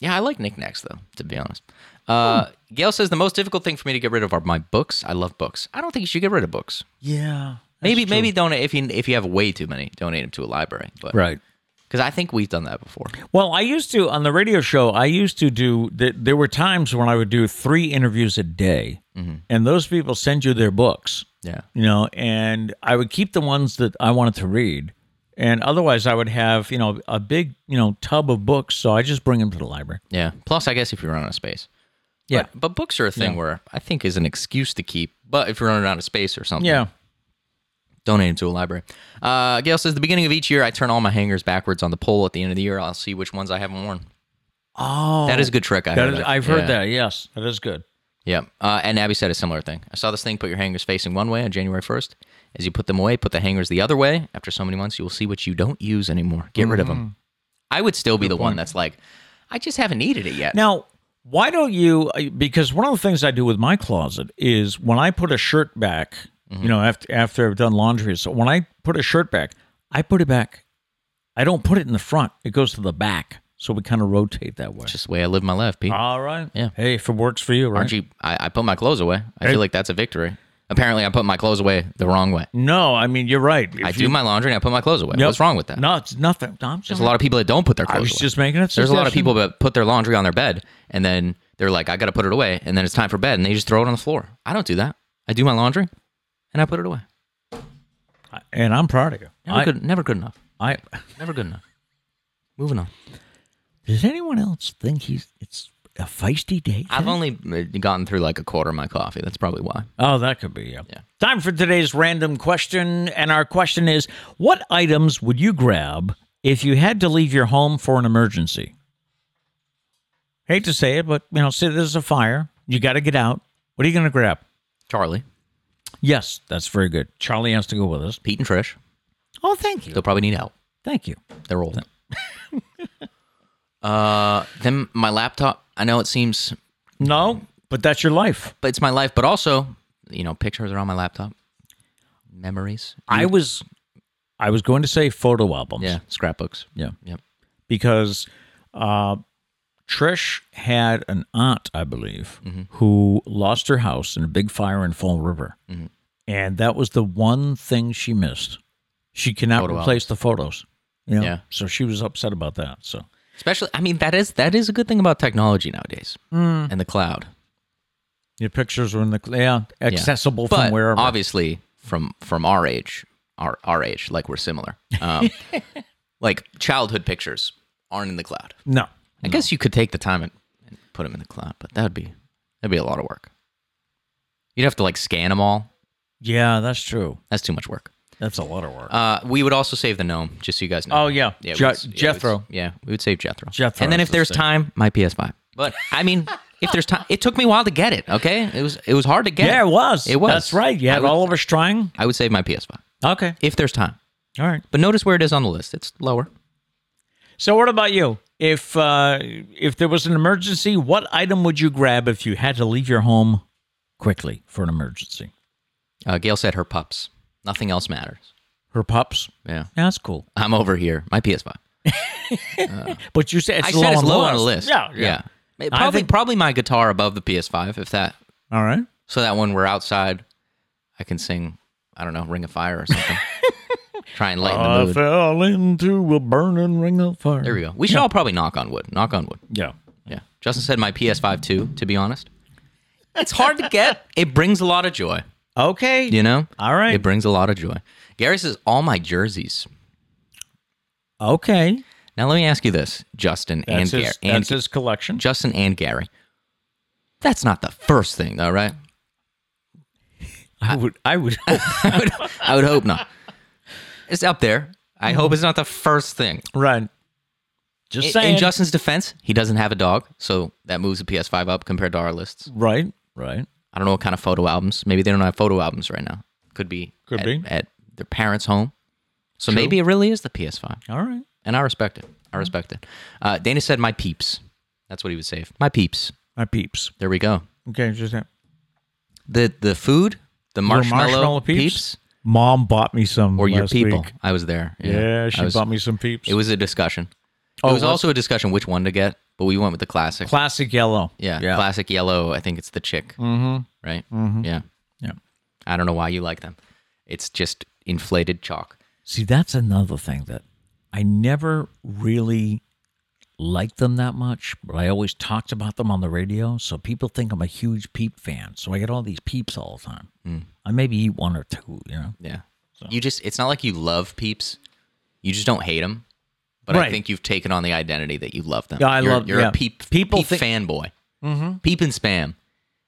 Yeah, I like knickknacks though, to be honest. Uh, Gail says the most difficult thing for me to get rid of are my books. I love books. I don't think you should get rid of books.
Yeah.
Maybe maybe donate if you if you have way too many, donate them to a library. But
Right.
because I think we've done that before.
Well, I used to on the radio show. I used to do. th- There were times when I would do three interviews a day, and those people send you their books.
Mm-hmm. Yeah.
you know, and I would keep the ones that I wanted to read, and otherwise I would have you know a big you know tub of books. So I just bring them to the library.
Yeah. Plus, I guess if you're running out of space.
Yeah.
But, but books are a thing where I think is an excuse to keep. But if you're running out of space or something,
Yeah,
donate them to a library. Uh, Gail says the beginning of each year, I turn all my hangers backwards on the pole. At the end of the year, I'll see which ones I haven't worn. Oh, that is a good trick. I
that
heard
is,
of.
I've heard
Yeah.
that. Yes, that is good.
Yeah. Uh, and Abby said a similar thing. I saw this thing. Put your hangers facing one way on January first. As you put them away, put the hangers the other way. After so many months, you will see what you don't use anymore. Get rid of
Mm.
them. I would still be the one that's like, I just haven't needed it yet.
Now, why don't you? uh, Because one of the things I do with my closet is when I put a shirt back,
Mm-hmm.
you know, after after I've done laundry, so when I put a shirt back, I put it back. I don't put it in the front; it goes to the back, so we kind of rotate that way.
Just the way I live my life, Pete.
All right.
Yeah.
Hey, if it works for you, right?
Aren't you? I, I put my clothes away. I feel like that's a victory. Apparently, I put my clothes away the wrong way.
No, I mean you're right. If
I
you-
do my laundry and I put my clothes away.
Yep.
What's wrong with that?
No, it's nothing. No, I'm
There's
just,
a lot of people that don't put their
I
clothes
was
away.
just making it.
There's a lot of people that put their laundry on their bed and then they're like, I got to put it away. And then it's time for bed and they just throw it on the floor. I don't do that. I do my laundry and I put it away.
and I'm proud of you.
Never,
I,
good, never good enough.
I,
Never good enough. Moving on.
does anyone else think he's it's a feisty day?
I've only uh, gotten through like a quarter of my coffee. That's probably why.
Oh, that could be. Yeah. Time for today's random question, and our question is: What items would you grab if you had to leave your home for an emergency? Hate to say it, but you know, say there's a fire, you got to get out. What are you going to grab?
Charlie,
Yes, that's very good. Charlie has to go with us.
Pete, and Trish,
Oh, thank you.
they'll probably need help.
Thank you.
They're old. uh, then my laptop. I know it seems,
No, but that's your life.
but it's my life. But also, you know, pictures are on my laptop. Memories.
I was I was going to say photo albums.
Yeah, scrapbooks.
Yeah.
Yep.
because uh, Trish had an aunt, I believe,
Mm-hmm.
who lost her house in a big fire in Fall River.
Mm-hmm.
And that was the one thing she missed. She cannot
Photo
replace the photos. You know?
Yeah.
So she was upset about that. So
Especially, I mean, that is that is a good thing about technology nowadays
Hmm.
and the cloud.
your pictures were in the, yeah,
Yeah.
accessible
but
from wherever.
Obviously, from from our age, our our age, like we're similar. Um, like childhood pictures aren't in the cloud.
no.
I guess you could take the time and, and put them in the cloud, but that would be that'd be a lot of work. You'd have to like scan them all.
Yeah, that's true.
That's too much work.
That's a lot of work.
Uh, we would also save the gnome, just so you guys know.
Oh, yeah.
yeah, we
Je-
would s- yeah, we would s-
Jethro.
Yeah, we would save Jethro.
Jethro
And then
is
if
the
there's
same.
time, my PS5. But I mean, if there's time, it took me a while to get it. Okay, it was it was hard to get.
yeah, it was.
It was.
That's right. You
I
had
would-
all of us trying.
I would save my PS5
Okay.
if there's time.
All right.
But notice where it is on the list. It's lower.
So what about you? If uh, if there was an emergency, what item would you grab if you had to leave your home quickly for an emergency?
Uh, Gail said her pups. Nothing else matters.
Her pups.
Yeah,
Yeah, that's cool.
I'm over here. My PS5.
But you said it's
I
low,
said it's
on,
low
the
on the list.
Yeah, yeah.
It
I
Probably,
think-
probably my guitar above the PS5. If that,
All right.
so that when we're outside, I can sing. I don't know, Ring of Fire or something. Try and lighten
Uh,
the mood.
fell into a burning ring of fire.
There we go. We should all probably knock on wood. Knock on wood.
Yeah.
Yeah. Justin said my PS5 too. To be honest, it's hard to get. It brings a lot of joy.
Okay.
You know.
All right.
It brings a lot of joy. Gary says all my jerseys.
Okay.
Now let me ask you this, Justin and
That's his,
Gary, and
that's his collection.
Justin and Gary. That's not the first thing, though, right?
I would. I would.
I would, I would hope not. It's up there. I hope it's not the first thing.
right. Just
In,
saying.
in Justin's defense, he doesn't have a dog, so that moves the PS5 up compared to our lists.
right. Right.
I don't know what kind of photo albums. Maybe they don't have photo albums right now. Could be.
Could
at,
be.
at their parents' home. So maybe it really is the PS5,
All right.
and I respect it. I respect it. Uh, Dana said, "My peeps." That's what he would say. My peeps.
My peeps.
There we go.
Okay. Just that.
The the food, the marshmallow,
marshmallow
peeps,
peeps? Mom bought me some.
or your
last
people.
week.
I was there.
Yeah,
I
she
was-
bought me some peeps.
It was a discussion. it
Oh,
was
was-
also a discussion which one to get, but we went with the classic.
classic yellow.
yeah, classic yellow. I think it's the chick,
Mm-hmm.
right?
Mhm.
Yeah,
Yeah.
I don't know why you like them. It's just inflated chalk.
See, that's another thing that I never really liked them that much, but I always talked about them on the radio. So people think I'm a huge peep fan. So I get all these peeps all the time.
Hmm.
I maybe eat one or two, you know?
Yeah, you just—it's not like you love peeps. You just don't hate them. But I
Right.
think you've taken on the identity that you love them.
Yeah, I
you're,
love-
You're
yeah.
a peep,
People Mm-hmm.
peep
think-
fanboy. Peep and spam,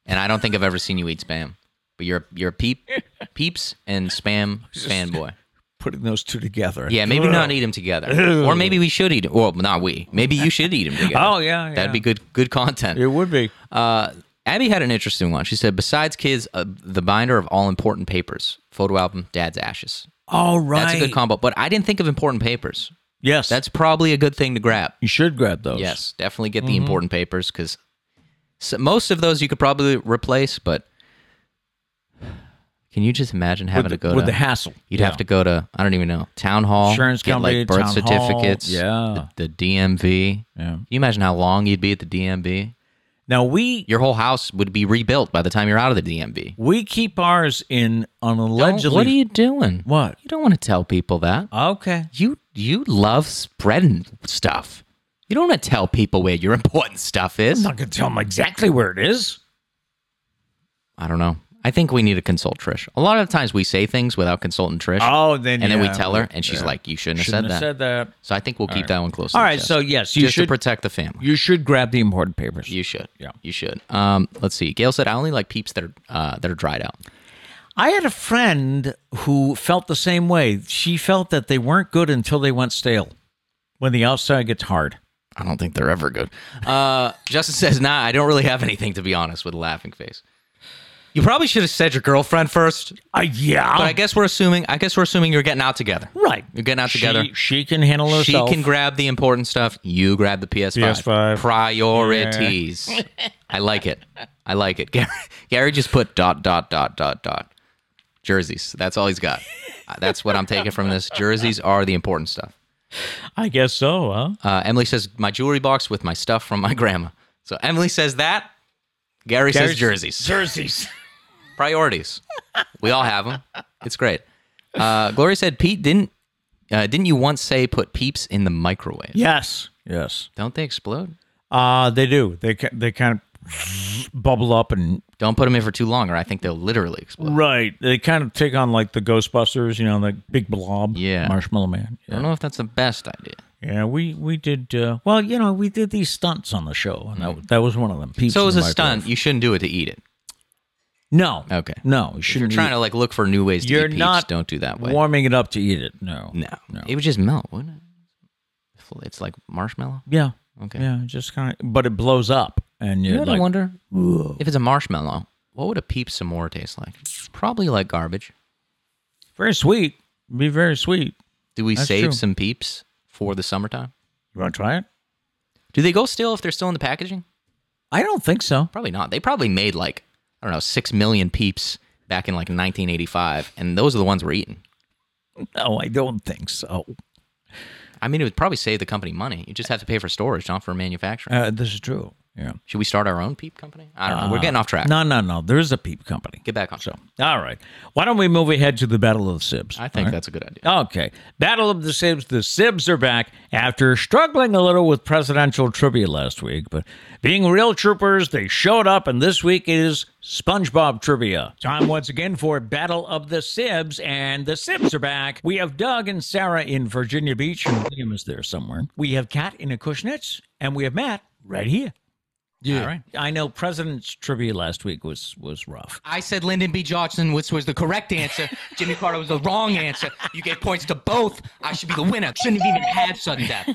and I don't think I've ever seen you eat spam. But you're you're a peep, peeps and spam fanboy.
Putting those two together.
Yeah, maybe not eat them together, or maybe we should eat. Well, not we. Maybe you should eat them together.
Oh, yeah, yeah.
that'd be good. Good content.
It would be.
Uh, Abby had an interesting one. She said, "Besides kids, uh, the binder of all important papers, photo album, dad's ashes.
All right.
That's a good combo." But I didn't think of important papers.
Yes.
That's probably a good thing to grab.
you should grab those.
Yes, definitely get the
Mm-hmm.
important papers because most of those you could probably replace. But can you just imagine having
With, the,
to go
with
to
the hassle.
You'd have to go to I don't even know town hall,
Insurance
get
company,
like birth
town hall,
certificates,
yeah.
the, the DMV.
Yeah.
Can you imagine how long you'd be at the DMV?
Now we
Your whole house would be rebuilt by the time you're out of the DMV.
we keep ours in an
Don't-
allegedly.
what are you doing?
What?
You don't want to tell people that.
Okay.
You you love spreading stuff. You don't want to tell people where your important stuff is.
not going to tell them exactly where it is.
I don't know. I think we need to consult Trish. A lot of times we say things without consulting Trish.
Oh, then
and then we
yeah.
tell her, and she's like, "You shouldn't,
Shouldn't
have said that."
have said that.
So I think we'll keep that one close. to
All
the
right,
chest.
so yes, you
just to
should-
protect the family.
You should grab the important papers.
You should.
Yeah.
You should. Um, let's see. Gail said, I only like peeps that are uh, that are dried out.
I had a friend who felt the same way. She felt that they weren't good until they went stale. When the outside gets hard.
I don't think they're ever good. Uh, Justin says, nah, I don't really have anything to be honest with a laughing face. You probably should have said your girlfriend first,
Uh, yeah.
but I guess we're assuming I guess we're assuming you're getting out together.
right.
You're getting out together.
She, she can handle
She
herself.
can grab the important stuff. You grab the PS5.
PS5.
Priorities. I like it. I like it. Gary, Gary just put dot dot dot dot dot jerseys. That's all he's got. Uh, That's what I'm taking from this. Jerseys are the important stuff.
I guess so, huh?
Uh, Emily says my jewelry box with my stuff from my grandma. So Emily says that. Gary says jerseys.
Jerseys.
Priorities. We all have them. It's great. Uh, Gloria said, Pete, didn't uh, didn't you once say put peeps in the microwave?
yes.
Yes.
Don't they explode?
Uh, they do. They ca- they kind of bubble up and
Don't put them in for too long, or I think they'll literally explode.
right. They kind of take on like the Ghostbusters, you know, the big blob.
Yeah.
Marshmallow Man.
I don't know if that's the best idea.
Yeah, we we did. Uh, well, you know, we did these stunts on the show, and that, that was one of them. Peeps
Mm. So it was
in
a
the
stunt.
microwave.
You shouldn't do it to eat it.
No.
Okay.
No, you
If you're
shouldn't.
trying
eat-
to like look for new ways to
You're
eat peeps,
not
don't do that way.
warming it up to eat it. No.
no. It would just melt, wouldn't it? Fl- It's like marshmallow.
Yeah.
Okay.
Yeah, just kind of, but it blows up, and
You
you're
ever
like,
wonder if it's a marshmallow, what would a peep some more taste like? Probably like garbage.
very sweet. Be very sweet.
Do we
That's
save
true.
some peeps for the summertime?
You want to try it?
Do they go still if they're still in the packaging?
I don't think so.
Probably not. They probably made like, I don't know, six million peeps back in like 1985, and those are the ones we're eating.
No, I don't think so.
I mean, it would probably save the company money. You just have to pay for storage, not for manufacturing.
Uh, this is true. Yeah.
Should we start our own peep company? I don't know. We're getting off track.
Uh, No, no, no. There is a peep company.
Get back on.
So, all right. Why don't we move ahead to the Battle of the Sibs?
I think
All right?
that's a good idea.
Okay. Battle of the Sibs. The Sibs are back after struggling a little with presidential trivia last week, but being real troopers, they showed up, and this week is SpongeBob trivia. Time once again for Battle of the Sibs, and the Sibs are back. We have Doug and Sarah in Virginia Beach, and William is there somewhere. We have Kat in Akushnitz, and we have Matt right here. Yeah. All right. I know president's trivia last week was was rough.
I said Lyndon B. Johnson, which was the correct answer. Jimmy Carter was the wrong answer. You gave points to both. I should be the winner. Shouldn't have even had sudden death.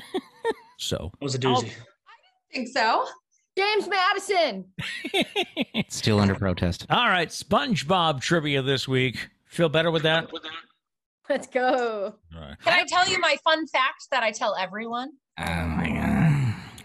So
That was a doozy.
think so. James Madison.
It's still under protest.
All right, SpongeBob trivia this week. Feel better with that?
Let's go.
All right.
Can I tell you my fun fact that I tell everyone?
Oh,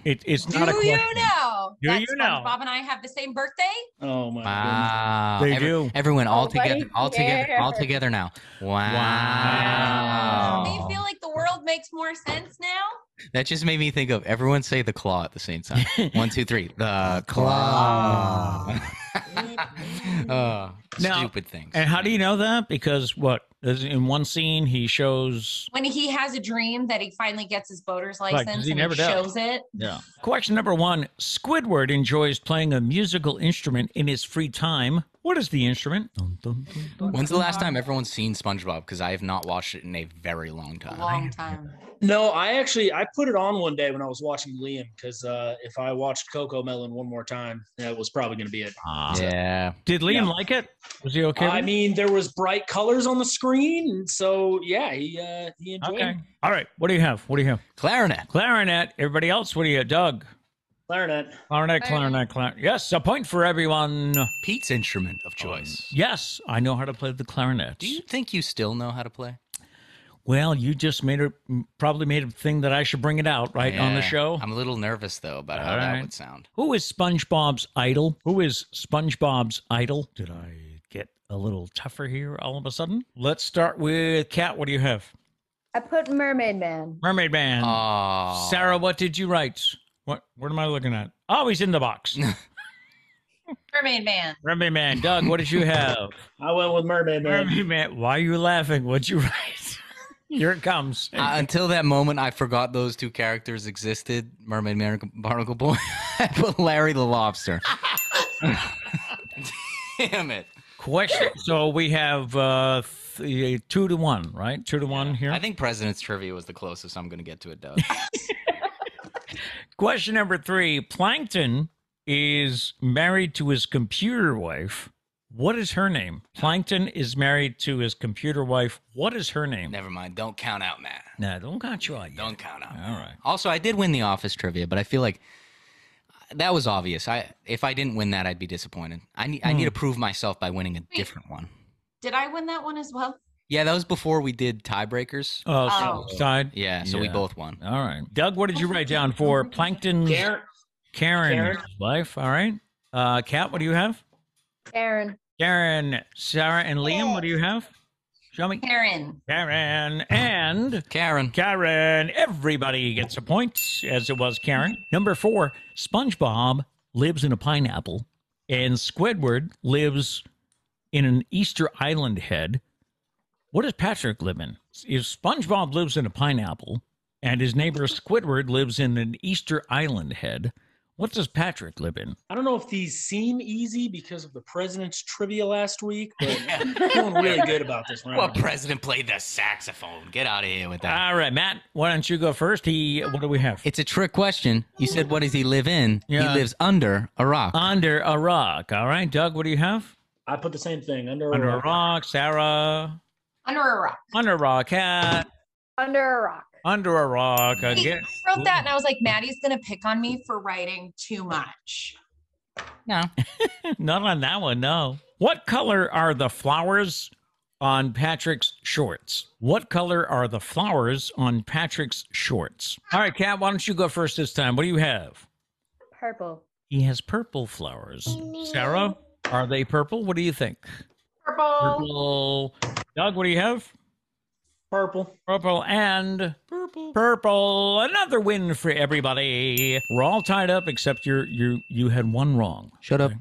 It, it's
Do
not a question.
you know
Do
that
you know?
SpongeBob and I have the same birthday?
Oh my goodness.
Wow.
They
Every-
do.
Everyone all
Nobody
together, all together, all
cares.
together now.
Wow.
Wow.
Do
Oh.
you feel like the world makes more sense now?
That just made me think of everyone say the claw at the same time. One, two, three. The claw. oh,
Now-
stupid things.
And how do you know that? Because what? Is in one scene he shows
When he has a dream that he finally gets his boater's
Right, 'cause
license
he
and
never
he
does.
shows it.
Yeah. Question number 1, Squidward enjoys playing a musical instrument in his free time. What is the instrument? Dun, dun, dun, dun.
When's the last time everyone's seen SpongeBob? Because I have not watched it in a very long time.
Long time.
No, I actually I put it on one day when I was watching Liam because uh, if I watched Coco Melon one more time, that was probably going to be it.
Ah.
Yeah.
Did Liam
Yeah. Uh,
like it? Was he okay?
I
with it?
mean, there was bright colors on the screen, and so yeah, he uh, he enjoyed
okay.
it.
All right. What do you have? What do you have?
Clarinet.
Clarinet. Everybody else, what do you have? Doug.
clarinet.
Clarinet, clarinet, clarinet. Yes, a point for everyone.
Pete's instrument of choice.
Yes, I know how to play the clarinet.
Do you think you still know how to play?
Well, you just made a probably made a thing that I should bring it out right on the
Yeah.
show.
I'm a little nervous though about how
All
that
right.
would sound.
Who is SpongeBob's idol? Who is SpongeBob's idol? Did I get a little tougher here all of a sudden? Let's start with Kat. What do you have?
I put Mermaid Man.
Mermaid Man.
Ah.
Oh,
Sarah, what did you write? What what am I looking at? Oh, he's in the box.
Mermaid Man.
Mermaid Man. Doug, what did you have?
I went with Mermaid Man.
Mermaid Man. Why are you laughing? What'd you write? here it comes.
Uh, until that moment, I forgot those two characters existed: Mermaid Man and Barnacle Boy, but Larry the Lobster. Damn it!
Question. So we have uh, th- two to one, right? Two to one here.
I think President's Trivia was the closest I'm going to get to it, Doug.
Question number three Plankton is married to his computer wife. What is her name? Plankton is married to his computer wife. What is her name?
Never mind. Don't count out, Matt.
Nah, don't got you out yet.
Don't count out.
All right.
Also, I did win the office trivia, but I feel like uh, that was obvious. I if I didn't win that, I'd be disappointed. I need I need to prove myself by winning a different one.
Did I win that one as well?
Yeah, that was before we did tiebreakers.
Uh,
Oh.
side.
Yeah, so we
Yeah.
both won.
All right. Doug, what did you write down for Plankton's
Karen,
Karen's
Karen.
wife? All right. Uh, Kat, what do you have?
Aaron.
Karen, Sarah, and Liam, what do you have? Show me.
Karen.
Karen and
Karen.
Karen. Everybody gets a point, as it was Karen. Number four SpongeBob lives in a pineapple, and Squidward lives in an Easter Island head. What does Patrick live in? If SpongeBob lives in a pineapple and his neighbor Squidward lives in an Easter Island head, what does Patrick live in?
I don't know if these seem easy because of the president's trivia last week, but I'm feeling really good about this round.
Well, president played the saxophone. Get out of here with that.
All right, Matt, why don't you go first? He, what do we have?
it's a trick question. You said, what does he live in?
Yeah. Uh,
He lives under a rock.
Under a rock. All right, Doug, what do you have?
I put the same thing under,
Under a rock, Sarah.
Under a rock.
Under a rock, cat.
Under a rock.
Under a rock.
Hey,
Again.
I wrote that and I was like, Maddie's gonna pick on me for writing too much.
Not on that one, no. What color are the flowers on Patrick's shorts? What color are the flowers on Patrick's shorts? All right, Kat, why don't you go first this time? What do you have?
Purple.
He has purple flowers. Sarah, are they purple? What do you think?
Purple.
Purple. Doug, what do you have?
purple.
Purple and purple. Purple. Another win for everybody. We're all tied up except you you you had one wrong.
Shut up.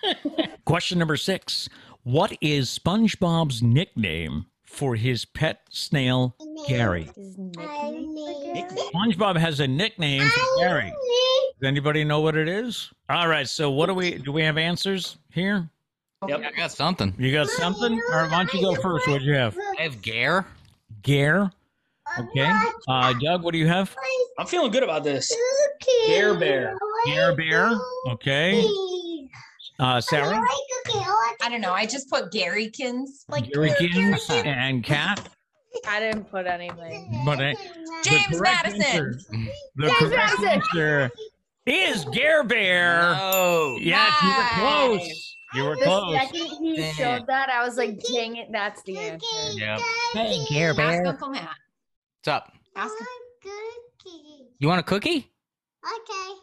Question number 6. What is SpongeBob's nickname for his pet snail Gary?
His nickname?
SpongeBob has a nickname for Gary. Does anybody know what it is? All right, so what do we do we have answers here?
I got something.
You got something? Or why don't you go first? What do you have?
I have Gare.
Gare. Okay. Uh, Doug, what do you have?
I'm feeling good about this. Care Bear.
Gare Bear. Okay. Uh, Sarah.
I don't know. I just put Garykins. Like
Gary Gittens and Kat.
I didn't put anything.
But I,
James
correct
Madison.
answer- the
James
correct
Madison.
answer is Gare Bear.
Oh.
Yes, you were
Nice.
close. You were
The
close.
second he
Dang
showed
it.
that, I was like, dang it, that's the answer.
Yep.
Hey, Gare
ask Uncle Matt.
What's up?
Ask him,
You want a cookie?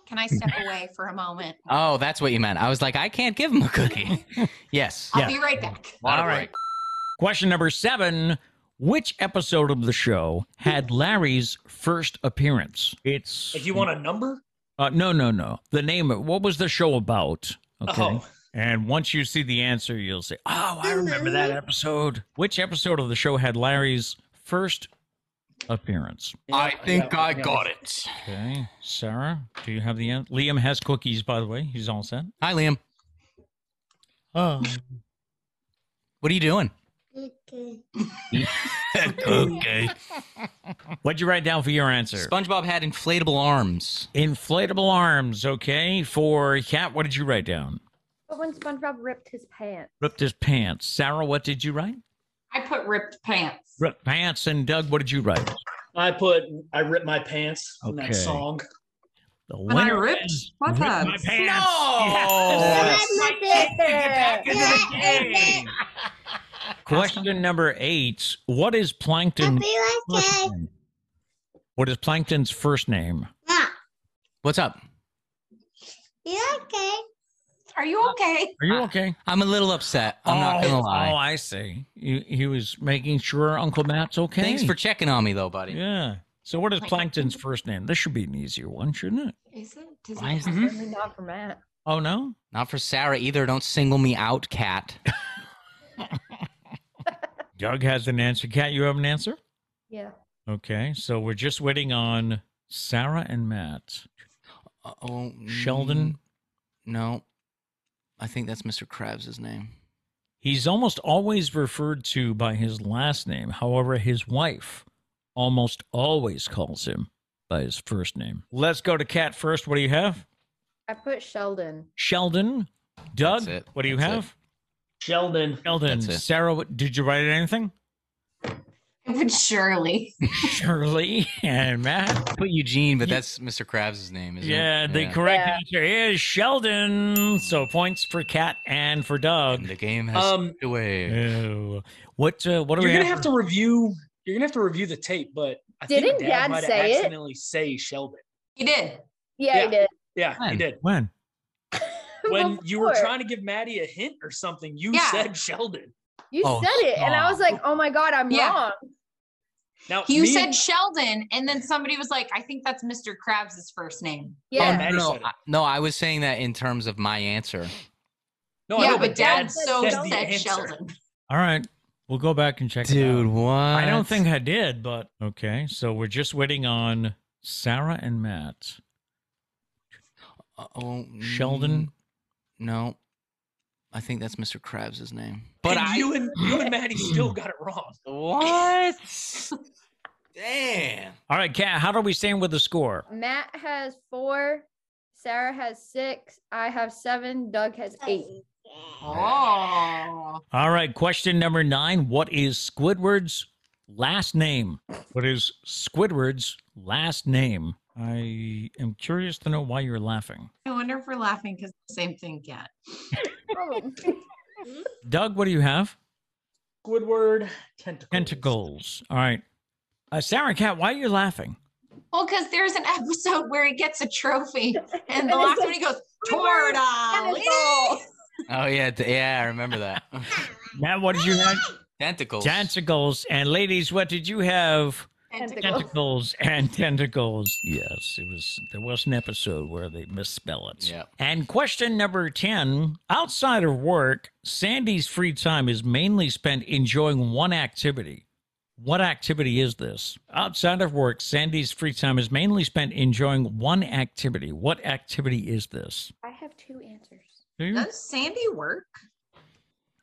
can I step away for a moment?
Oh, that's what you meant. I was like, I can't give him a cookie. yes.
I'll
Yeah.
be right back.
Water
All right.
break.
Question number seven. Which episode of the show had Larry's first appearance? It's
If you want a number,
uh, no, no, no. The name of what was the show about? Okay.
oh,
And once you see the answer, you'll say, Oh, I remember that episode. Which episode of the show had Larry's first appearance?
it.
Okay. Sarah, do you have the answer? Liam has cookies, by the way. He's all set.
Hi, Liam.
Oh.
What are you doing?
okay. What'd you write down for your answer?
SpongeBob had inflatable arms.
Inflatable arms, okay. For Cat, what did you write down?
But when SpongeBob ripped his pants,
Ripped his pants. Sarah, what did you write?
I put ripped pants.
Ripped pants. And Doug, what did you write?
I put I ripped my pants in
Okay.
that song.
The
Am I
winner
ripped?
is
What
ripped
the-
my pants. Question number eight. What is Plankton? first name? What is Plankton's first name?
What's up?
Are you okay?
Are you okay?
I'm a little upset. I'm not
Oh,
gonna lie.
Oh, I see. He, he was making sure Uncle Matt's okay.
Thanks for checking on me though, buddy.
Yeah. So what is Plankton's first name? This should be an easier one, shouldn't it?
Is it? Does
Why
it
is-
Mm-hmm.
certainly not for Matt.
Oh no.
Not for Sarah either. Don't single me out, cat.
Doug has an answer. Cat, you have an answer?
Yeah.
Okay. So we're just waiting on Sarah and Matt.
Oh,
Sheldon?
No, I think that's Mr. Krabs' name.
He's almost always referred to by his last name. However, his wife almost always calls him by his first name. Let's go to Cat first. What do you have?
I put Sheldon.
Sheldon. Doug,
That's it.
what do you
That's it.
have?
Sheldon.
Sheldon.
That's it.
Sarah, what- did you write anything?
I put Shirley.
Shirley and Matt.
Put Eugene, but that's Mr. Krabs' name, isn't
Yeah,
it?
the correct
Yeah.
answer is Sheldon. So points for Cat and for Doug.
The game has
Um,
slipped away.
Ew. What uh, what are
you're
we
gonna
have
have to review. You're gonna have to review the tape, but I
Didn't
think Dad,
Dad
might have
say it?
accidentally say Sheldon.
You did.
Yeah,
Yeah.
I did.
Yeah, he
When?
did.
when?
When you were
Before.
trying to give Maddie a hint or something, you
Yeah.
said Sheldon.
You
Oh,
said it, and I was like, "Oh my god, I'm
Yeah.
wrong."
Now
You
me-
said Sheldon, and then somebody was like, I think that's Mr. Krabs' first name.
Yeah,
Maddie
no,
said it.
I, no, I was saying that in terms of my answer.
no, I
yeah,
know,
but dad so
said
the
said
answer.
Sheldon.
All right. We'll go back and check it out.
Dude, what?
I don't think I did, but okay. So we're just waiting on Sarah and Matt.
Oh,
Sheldon?
mm, No, I think that's Mr. Krabs' name.
But
But I
you and you and Maddie still got it wrong.
what? Damn.
All right, Kat, how do we stand with the score?
Matt has four, Sarah has six, I have seven, Doug has eight.
Oh.
All right, question number nine. What is Squidward's last name? What is Squidward's last name? I am curious to know why you're laughing.
I wonder if we're laughing because the same thing yet.
Probably.
Doug, what do you have?
Squidward tentacles.
Tentacles. All right. Uh, Sarah and Kat, why are you laughing?
Well, because there's an episode where he gets a trophy, and
And
the
it's
last
like,
one he goes,
"Squidward,
Torta.
Oh yeah, t- yeah, I remember that.
Matt, what did you have?
Tentacles.
Tentacles. And ladies, what did you have?
Tentacles.
tentacles and tentacles. Yes, it was. There was an episode where they misspell it.
Yep.
And question number ten: Outside of work, Sandy's free time is mainly spent enjoying one activity. What activity is this? Outside of work, Sandy's free time is mainly spent enjoying one activity. What activity is this?
I have two answers.
Do you-
Does Sandy work?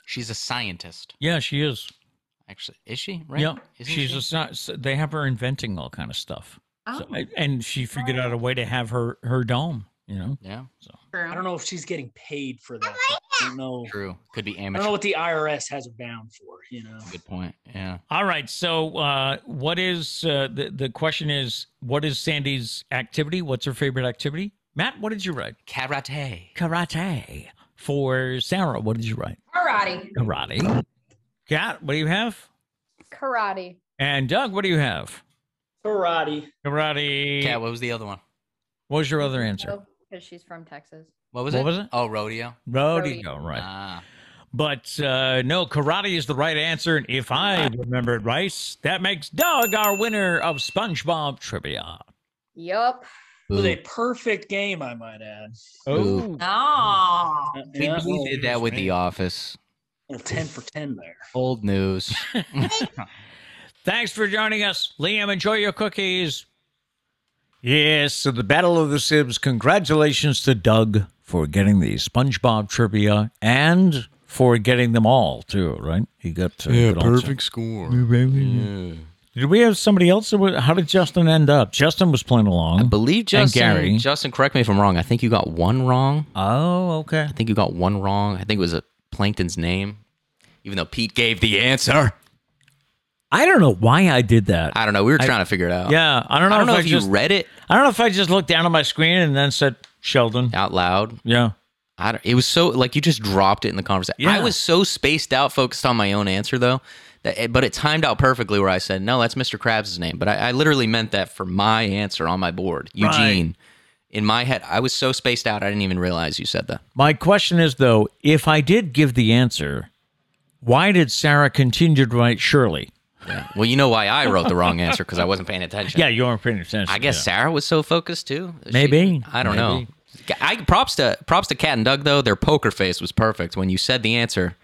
She's a scientist.
Yeah, she is.
Actually, is she? Right?
Yeah,
Isn't
she's
she?
just not. so They have her inventing all kind of stuff,
Oh,
So- and she figured out a way to have her her dome. You know.
Yeah,
true.
I don't know if she's getting paid for that. I don't know.
true. Could be
I
amateur.
don't know what the IRS has her down for. You know.
Oh.
Good point. Yeah.
All right. So, uh, what is uh, the the question? Is what is Sandy's activity? What's her favorite activity? Matt, what did you write?
Karate.
Karate. For Sarah, what did you write?
Karate.
Karate. Kat, what do you have?
Karate.
And Doug, what do you have?
Karate.
Karate.
Cat, what was the other one?
what was your other answer?
Because Oh, she's from Texas.
What was
What
it?
was it?
Oh, rodeo.
Rodeo, right?
Ah,
But uh, no, karate is the right answer. And if I remember it right, that makes Doug our winner of SpongeBob trivia.
Yup.
It was a perfect game, I might add.
No.
Ooh.
Uh,
we,
yeah,
we
well,
did that with The Office.
well, ten for ten there.
Old news.
Thanks for joining us. Liam, enjoy your cookies. Yes, so the Battle of the Sibs. Congratulations to Doug for getting the SpongeBob trivia and for getting them all, too, right? He got uh, good all ten.
score.
Did we have somebody else? that was- How did Justin end up? Justin was playing along.
I believe Justin.
And Gary.
Justin, correct me if I'm wrong. I think you got one wrong.
oh, okay.
I think you got one wrong. I think it was a plankton's name, even though Pete gave the answer.
I don't know why I did that.
I don't know. We were trying to figure it out.
yeah, I don't know
I don't know
if,
if
I
you
just.
read it
I don't know if I just looked down at my screen and then said Sheldon.
out loud.
Yeah.
I don't, it was so like you just dropped it in the conversation.
Yeah.
I was so spaced out, focused on my own answer though, that it, but it timed out perfectly where I said, "No, that's Mr. Krabs' name." But I, I literally meant that for my answer on my board,
Right.
Eugene. In my head, I was so spaced out, I didn't even realize you said that.
My question is though, if I did give the answer, why did Sarah continue to write Shirley?
Yeah. Well, you know why I wrote the wrong answer because I wasn't paying attention.
Yeah, you aren't paying attention.
I guess
yeah.
Sarah was so focused too. She-
Maybe.
I don't
Maybe.
know. I props to props to Kat and Doug though. Their poker face was perfect when you said the answer.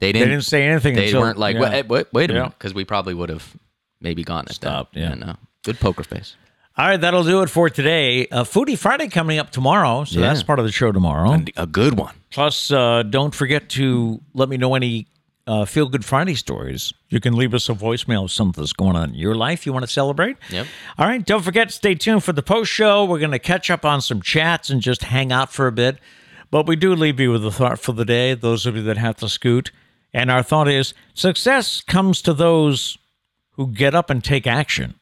They
they
didn't.
didn't say anything.
They
until-
weren't like
yeah.
wait, wait, wait a
Yeah.
minute because we probably would have maybe gone at
Stopped,
that.
yeah.
no. Good poker face.
All right, that'll do it for today. Uh, Foodie Friday coming up tomorrow, so
Yeah.
that's part of the show tomorrow.
A good one.
Plus, uh, don't forget to let me know any uh, Feel Good Friday stories. You can leave us a voicemail of something that's going on in your life you want to celebrate.
Yep.
All right, don't forget to stay tuned for the post show. We're going to catch up on some chats and just hang out for a bit. But we do leave you with a thought for the day, those of you that have to scoot. And our thought is success comes to those who get up and take action.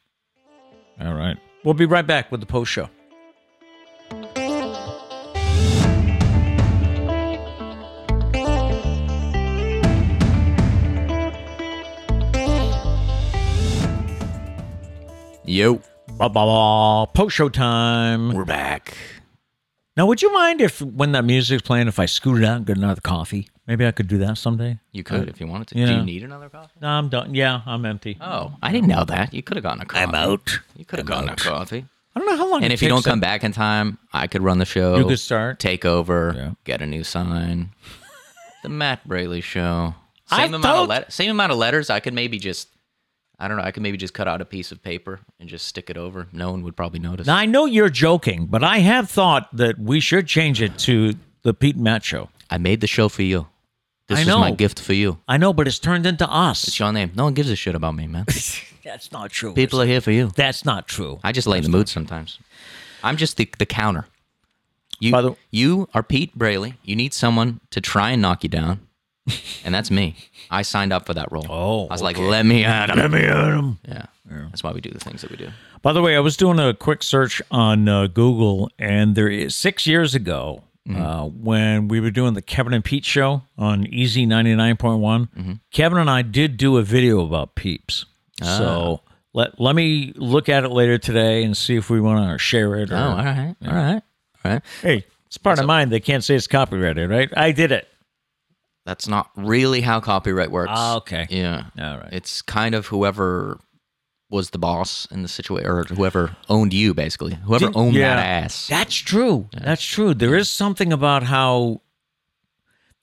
All right. We'll be right back with the post show.
Yo,
Ba ba ba. Post show time.
we're back.
Now, would you mind if, when that music's playing, if I scooted out and got another coffee? Maybe I could do that someday.
You could if you wanted to. Do
yeah.
you need another coffee?
No, I'm done. Yeah, I'm empty.
Oh, I didn't know that. You could have gotten a coffee.
out.
You could have gotten a coffee.
I don't know how long.
And
it
if you don't
takes
come
that-
back in time, I could run the show.
you could start.
take over,
Yeah.
get a new sign. the Matt Braley show. Same
I
amount
thought-
of let- same amount of letters. I could maybe just I don't know, I could maybe just cut out a piece of paper and just stick it over. No one would probably notice.
Now I know you're joking, but I have thought that we should change it to the Pete and Matt Show.
I made the show for you. This
I
is my
know.
gift for you.
I know, but it's turned into us.
It's your name. No one gives a shit about me, man.
That's not true.
People are here for you.
That's not true.
I just lay in the mood sometimes. I'm just the, the counter. You
By the-
you are Pete Braley. You need someone to try and knock you down, and that's me. I signed up for that role.
Oh,
I was like, let me at him.
Let me at 'em.
Yeah. that's why we do the things that we do.
By the way, I was doing a quick search on uh, Google, and there is six years ago uh, when we were doing the Kevin and Pete show on Easy ninety nine point one. Kevin and I did do a video about peeps, so let let me look at it later today and see if we want to share it. Or,
Oh, all right, all right, all right.
Hey, it's part of mine. They can't say it's copyrighted, right? I did it.
That's not really how copyright works.
Ah, okay.
Yeah,
All right.
it's kind of whoever was the boss in the situation, or whoever owned you, basically. Whoever
Didn't-
owned
yeah.
that ass.
That's true. That's true. There is something about how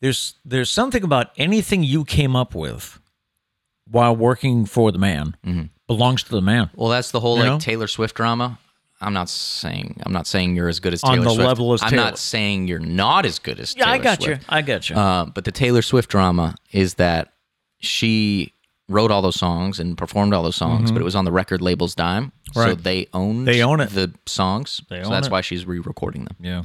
there's there's something about anything you came up with while working for the man belongs to the man
Well, that's the whole
You
like
know?
Taylor Swift drama. I'm not saying I'm not saying you're as good as
On
Taylor
the
Swift.
level as
I'm
Taylor.
not saying you're not as good as.
Yeah, I
Taylor
got
Swift.
you. I got you.
Uh, but the Taylor Swift drama is that she wrote all those songs and performed all those songs, but it was on the record label's dime, so
Mm-hmm. Right.
they owned
They own it.
the songs.
They
so
own
that's
it.
why she's re-recording them.
yeah.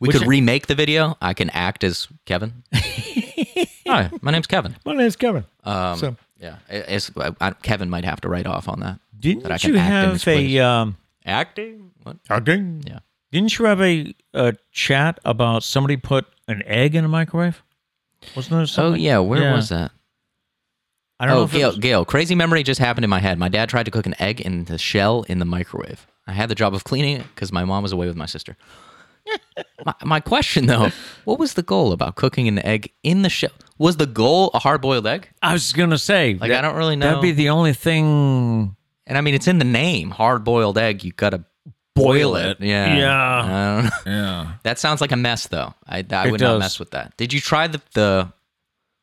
We
Which
could
I-
remake the video. I can act as Kevin. Hi, my name's Kevin.
My name's Kevin.
Um,
So-
yeah, it- it's, I, I, Kevin might have to write off on that. that I
Didn't
can
you
act in this
have
place.
a um,
acting? What?
acting?
Yeah.
Didn't you have a, a chat about somebody put an egg in a microwave? Wasn't there
Oh
something?
yeah, where was that?
I don't know
Oh,
if it
Gail,
was-
Gail, crazy memory just happened in my head. My dad tried to cook an egg in the shell in the microwave. I had the job of cleaning it because my mom was away with my sister. my, my question though, what was the goal about cooking an egg in the shell? Was the goal a hard boiled egg?
I was gonna say
Like I don't really know.
that'd be the only thing
and I mean, it's in the name, hard boiled egg. You gotta boil it. Yeah,
Yeah.
I don't know.
Yeah.
That sounds like a mess, though. I, I
It
would
does.
not mess with that. Did you try the the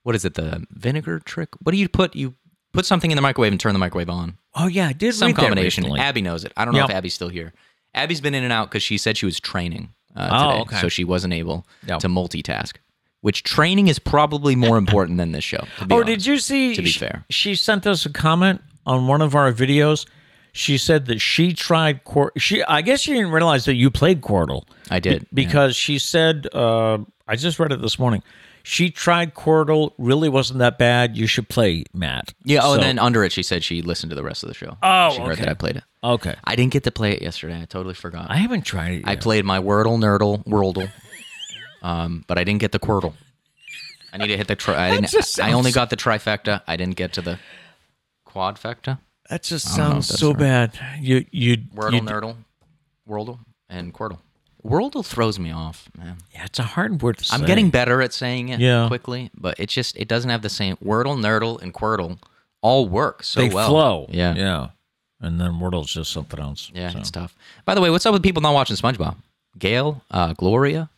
what is it? The vinegar trick? What do you put? You put something in the microwave and turn the microwave on.
Oh yeah, I did
Some
read that
combination.
recently.
Abby knows it. I don't know
Yeah.
if Abby's still here. Abby's been in and out because she said she was training uh,
Oh,
today,
okay.
so she wasn't able
Yeah.
to multitask. Which training is probably more important than this show. To be
Oh,
honest.
did you see?
To be
sh-
fair.
she sent us a comment on one of our videos. She said that she tried Quir- She, I guess, she didn't realize that you played Quirtle.
I did yeah.
because she said, uh, I just read it this morning. She tried Quirtle, really wasn't that bad. You should play Matt.
Yeah. Oh,
So-
and then under it, she said she listened to the rest of the show.
Oh,
she heard
okay.
that I played it.
okay.
I didn't get to play it yesterday. I totally forgot.
I haven't tried it. Yet.
I played my Wordle, Nerdle, Wordle, um, but I didn't get the Quirtle. I need to hit the. Tri- I didn't.
just
I only
sounds-
got the trifecta. I didn't get to the quadfecta.
that just
don't know if
sounds
that's
so
right.
bad. You, you,
Wordle,
you
Nerdle, Wordle, and Quirtle. Wordle throws me off, man.
yeah, it's a hard word to
I'm
say.
getting better at saying it
Yeah.
quickly, but it just it doesn't have the same. Wordle, Nerdle, and Quirtle all work so
they
well.
flow.
Yeah.
yeah. And then Wordle's just something else.
Yeah,
so.
it's tough. By the way, what's up with people not watching SpongeBob? Gail, uh, Gloria,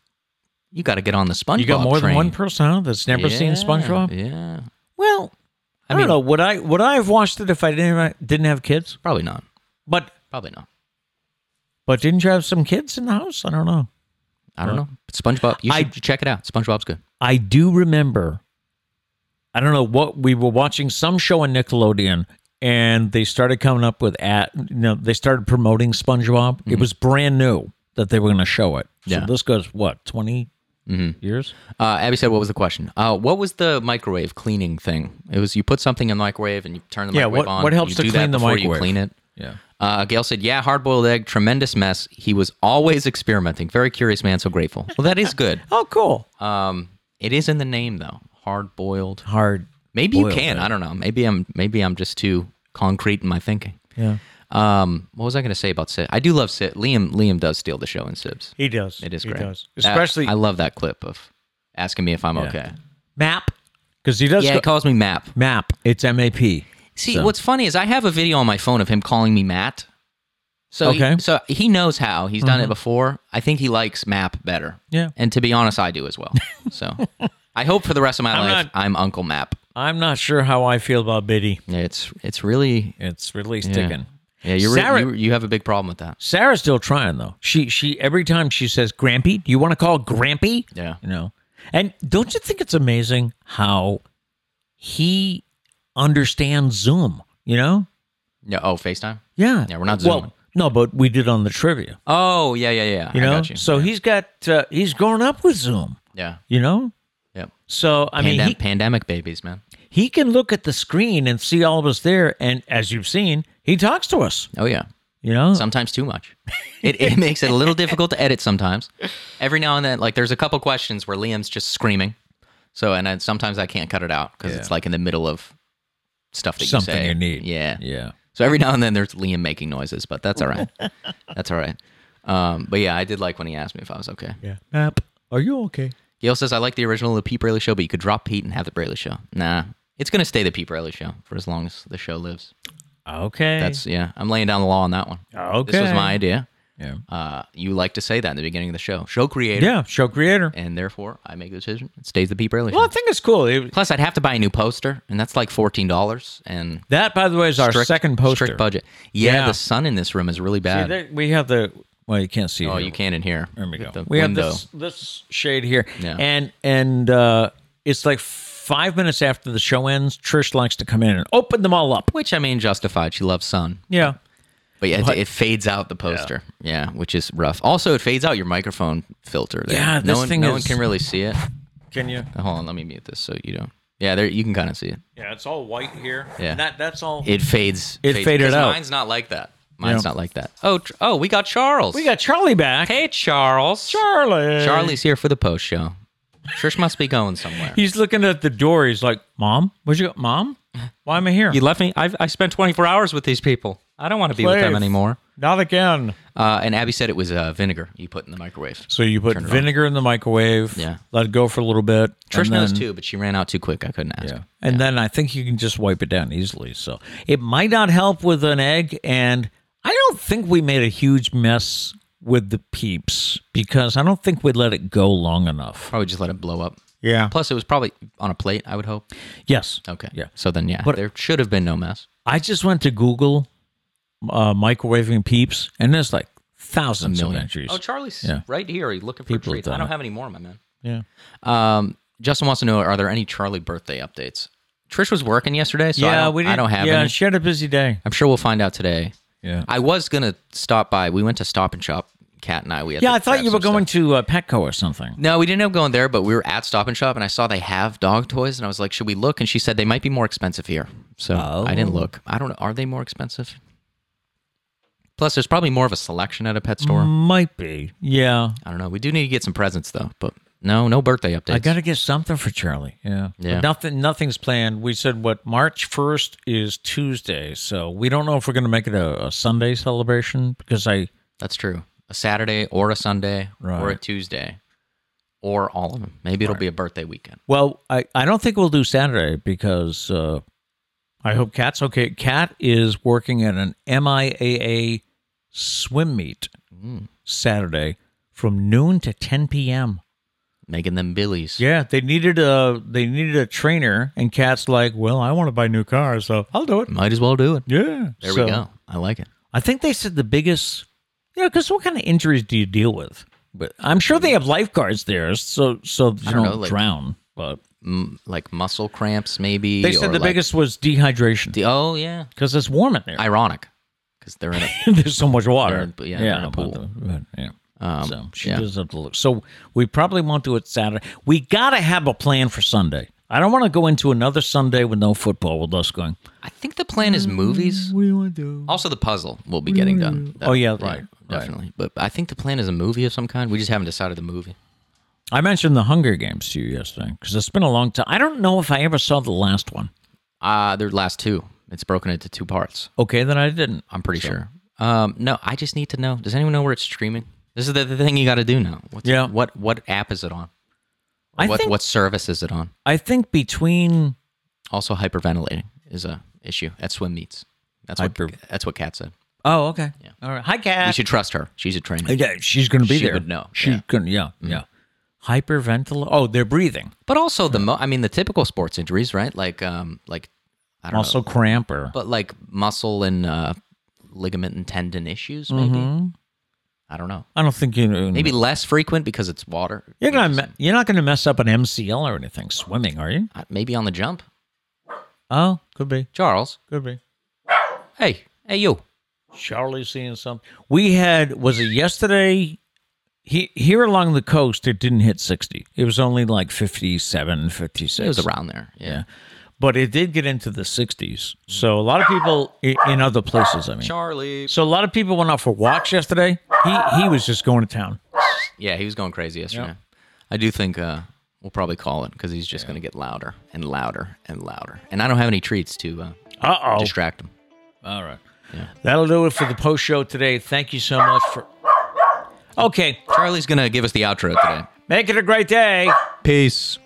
you got to get on the SpongeBob.
You got more
train.
than one person huh, that's never seen
Yeah,
SpongeBob.
Yeah,
Well, I,
I mean-
don't know. Would I would I have watched it if I didn't didn't have kids?
probably not.
But
Probably not.
but didn't you have some kids in the house? I don't know.
I don't know. But SpongeBob, you
I-
should check it out. SpongeBob's good.
I do remember. I don't know what we were watching some show on Nickelodeon, and they started coming up with at you know they started promoting SpongeBob. It was brand new that they were going to show it.
Mm-hmm. Yeah.
So this goes what 20 years?
Uh, Abby said, "What was the question? Uh, what was the microwave cleaning thing? It was you put something in the microwave and you turn the
Yeah,
microwave
what-
on.
what helps
You
to
do
clean
that
the
before
microwave?
You clean it.
Yeah.
Uh, Gail said, "Yeah, hard-boiled egg, tremendous mess. He was always experimenting. Very curious man, so grateful. Well, that is good.
Oh, cool.
Um, it is in the name though. Hard-boiled.
Hard.
Maybe
Boiled
you can.
egg.
I don't know. Maybe I'm. Maybe I'm just too concrete in my thinking.
Yeah.
Um, what was I going to say about Sid? I do love Sid. Liam. Liam does steal the show in Sibs.
He does.
It is
he
great.
Does.
That-
Especially
I love that clip of asking me if I'm okay.
Map.
because he does.
yeah,
go-
he calls me Map.
Map. It's M A P.
See,
So-
what's funny is I have a video on my phone of him calling me Matt. So
Okay.
he, so he knows how. He's done it before. I think he likes Map better.
Yeah.
And to be honest, I do as well. So I hope for the rest of my
I'm
life
not-
I'm Uncle Map.
I'm not sure how I feel about Biddy.
It's it's really
It's really sticking.
yeah. You're re-
Sarah-
you you have a big problem with that.
Sarah's still trying though. She she every time she says Grampy, do you want to call Grampy?
Yeah.
You know. And don't you think it's amazing how he understands Zoom, you know?
Yeah. Oh, Facetime.
Yeah.
Yeah, we're not Zooming.
Well, no, but we did on the trivia.
Oh yeah yeah yeah.
You
I
know?
got you.
So he's got uh, he's grown up with Zoom,
yeah.
you know?
Yep.
So I mean
Pandem-
he,
pandemic babies, man.
he can look at the screen and see all of us there and as you've seen, he talks to us,
Oh yeah.
you know?
sometimes too much. It, it makes it a little difficult to edit sometimes. Every now and then, like there's a couple questions where Liam's just screaming. So and I, sometimes I can't cut it out because it's like in the middle of stuff that
Something
you say.
you need.
Yeah.
yeah.
So every now and then there's Liam making noises, but that's all right. that's all right. Um, but yeah, I did like when he asked me if I was okay.
Yeah. Map. Are you okay?
Gail says I like the original of the Pete Braley Show, but you could drop Pete and have the Braley Show. Nah, it's gonna stay the Pete Braley Show for as long as the show lives.
Okay.
That's yeah. I'm laying down the law on that one.
okay.
This was my idea.
Yeah.
Uh, you like to say that in the beginning of the show. Show creator.
Yeah, show creator.
And therefore, I make the decision. It stays the Pete Braley
Well, I
show.
think it's cool. It-
Plus, I'd have to buy a new poster, and that's like $14. And
that, by the way, is our
strict-
second poster.
Strict budget. Yeah,
Yeah.
the sun in this room is really
See,
bad.
there- we have the. Well, you can't see. it
oh,
here.
you can in here.
There we go.
The
we
window.
have this this shade here,
Yeah.
and and uh, it's like five minutes after the show ends. Trish likes to come in and open them all up.
Which, I mean, justified. She loves sun.
Yeah.
But yeah, it- it fades out the poster. Yeah. which is rough. Also, it fades out your microphone filter there.
Yeah,
no
this
one,
thing
no one
is-
can really see it.
Can you?
Hold on, let me mute this so you don't. Yeah, there you can kind of see it.
Yeah, it's all white here.
Yeah.
That that's all.
It fades.
It
fades-
faded
because
out.
Mine's not like that. Mine's
Yeah.
not like that. Oh, tr- oh, we got Charles.
we got Charlie back.
Hey, Charles.
Charlie.
Charlie's here for the post show. Trish must be going somewhere.
He's looking at the door. He's like, "Mom, where'd you go? Mom, why am I here?
left me. I've, I spent 24 hours with these people. I don't want to be with them
Please.
anymore.
Not again."
Uh, and Abby said it was uh, vinegar you put in the microwave.
So you put
Turn it on.
vinegar in the microwave.
Yeah.
Let it go for a little bit.
Trish
and
knows
then-
too, but she ran out too quick. I couldn't ask.
Yeah. And then I think you can just wipe it down easily. So it might not help with an egg. And I don't think we made a huge mess with the peeps because I don't think we let it go long enough.
Probably just let it blow up.
Yeah.
Plus, it was probably on a plate. I would hope.
Yes.
Okay.
Yeah.
So then, yeah,
But-
there should have been no mess.
I just went to Google uh, microwaving peeps, and there's like thousands of entries.
Oh, Charlie's
Yeah.
right here. He's looking for
People have
treats. I
done
don't
it.
have any more, my man.
yeah.
Um, Justin wants to know: Are there any Charlie birthday updates? Trish was working yesterday, so I,
yeah.
don't,
We
I don't have
Yeah.
any.
She had a busy day.
I'm sure we'll find out today.
Yeah.
I was gonna stop by. We went to Stop and Shop. Kat and I. We had
Yeah.
to
I thought
grab
you were
some
going
stuff.
to uh, Petco or something.
No, we didn't end up going there, but we were at Stop and Shop, and I saw they have dog toys, and I was like, "Should we look?" And she said they might be more expensive here, so I didn't
Oh.
look. I don't know. Are they more expensive? Plus, there's probably more of a selection at a pet store.
Might be. Yeah.
I don't know. We do need to get some presents though, but no, no birthday updates.
I got to get something for Charlie. Yeah. But
Yeah.
nothing. Nothing's planned. We said what March first is Tuesday, so we don't know if we're going to make it a, a Sunday celebration because I
That's true. A Saturday or a Sunday or a
Right.
Tuesday or all of them. Maybe it'll be a birthday weekend.
well I I don't think we'll do Saturday because uh, I hope Kat's okay. Kat is working at an MIAA swim meet
Mm.
Saturday from noon to ten p.m.
Making them billies.
Yeah, they needed a they needed a trainer, and Kat's like, well, I want to buy a new car, so I'll do it.
Might as well do it.
Yeah,
There
So-
we go. I like it.
I think they said the biggest, you know, because what kind of injuries do you deal with? But I'm sure they have lifeguards there, so so you
I don't
don't,
know, like-
drown. But
M- like muscle cramps, maybe.
they
E
said
or
the
like-
biggest was dehydration
The, oh, yeah.
because it's warm in there.
Ironic. Because they're in a.
There's so much water.
They're- but yeah, they're in a
but
pool.
the- but yeah.
Um,
so she
yeah.
does have to look. So we probably won't do it Saturday. We gotta have a plan for Sunday. I don't want to go into another Sunday with no football with us going.
I think the plan is movies.
Mm, What do you want to do?
Also, the puzzle will be getting done.
Oh, yeah, right, right.
Definitely. But I think the plan is a movie of some kind. We just haven't decided the movie.
I mentioned the Hunger Games to you yesterday because it's been a long time. I don't know if I ever saw the last one.
Uh, their last two. It's broken into two parts.
Okay, then I didn't.
I'm pretty sure. Um, no, I just need to know. Does anyone know where it's streaming? This is the, the thing you got to do now. What's,
Yeah.
What what app is it on?
I
what
think
what service is it on?
I think between
Also, hyperventilating is a issue at swim meets. That's
Hyper-
what that's what Kat said.
oh okay
Yeah.
all right hi
We
Kat Uh,
should trust her. She's a trainer.
yeah she's gonna be
She
there
would know,
she's
yeah. Mm.
gonna yeah yeah hyperventil oh they're breathing
But also the mo- I mean the typical sports injuries, right? Like um like I don't
also
know,
cramp or
but like muscle and uh, ligament and tendon issues maybe.
Mhm.
I don't know.
I don't think you know
Maybe less frequent because it's water.
you're gonna me- you're not gonna mess up an MCL or anything swimming are you
Uh, maybe on the jump.
oh could be
Charles,
could be
hey, hey you.
Charlie seeing something. We had was it yesterday? He, here along the coast, it didn't hit 60. It was only like 57, 56.
It was around there. Yeah.
Yeah. But it did get into the 60s. So a lot of people i- in other places, I mean.
Charlie.
So a lot of people went out for walks yesterday. He he was just going to town.
Yeah, he was going crazy yesterday. I do think uh, we'll probably call it because he's just going to get louder and louder and louder. And I don't have any treats to uh,
Uh-oh.
distract him.
All right. That'll do it for the post show today. Thank you so much for Okay,
Charlie's going to give us the outro today.
make it a great day.
Peace.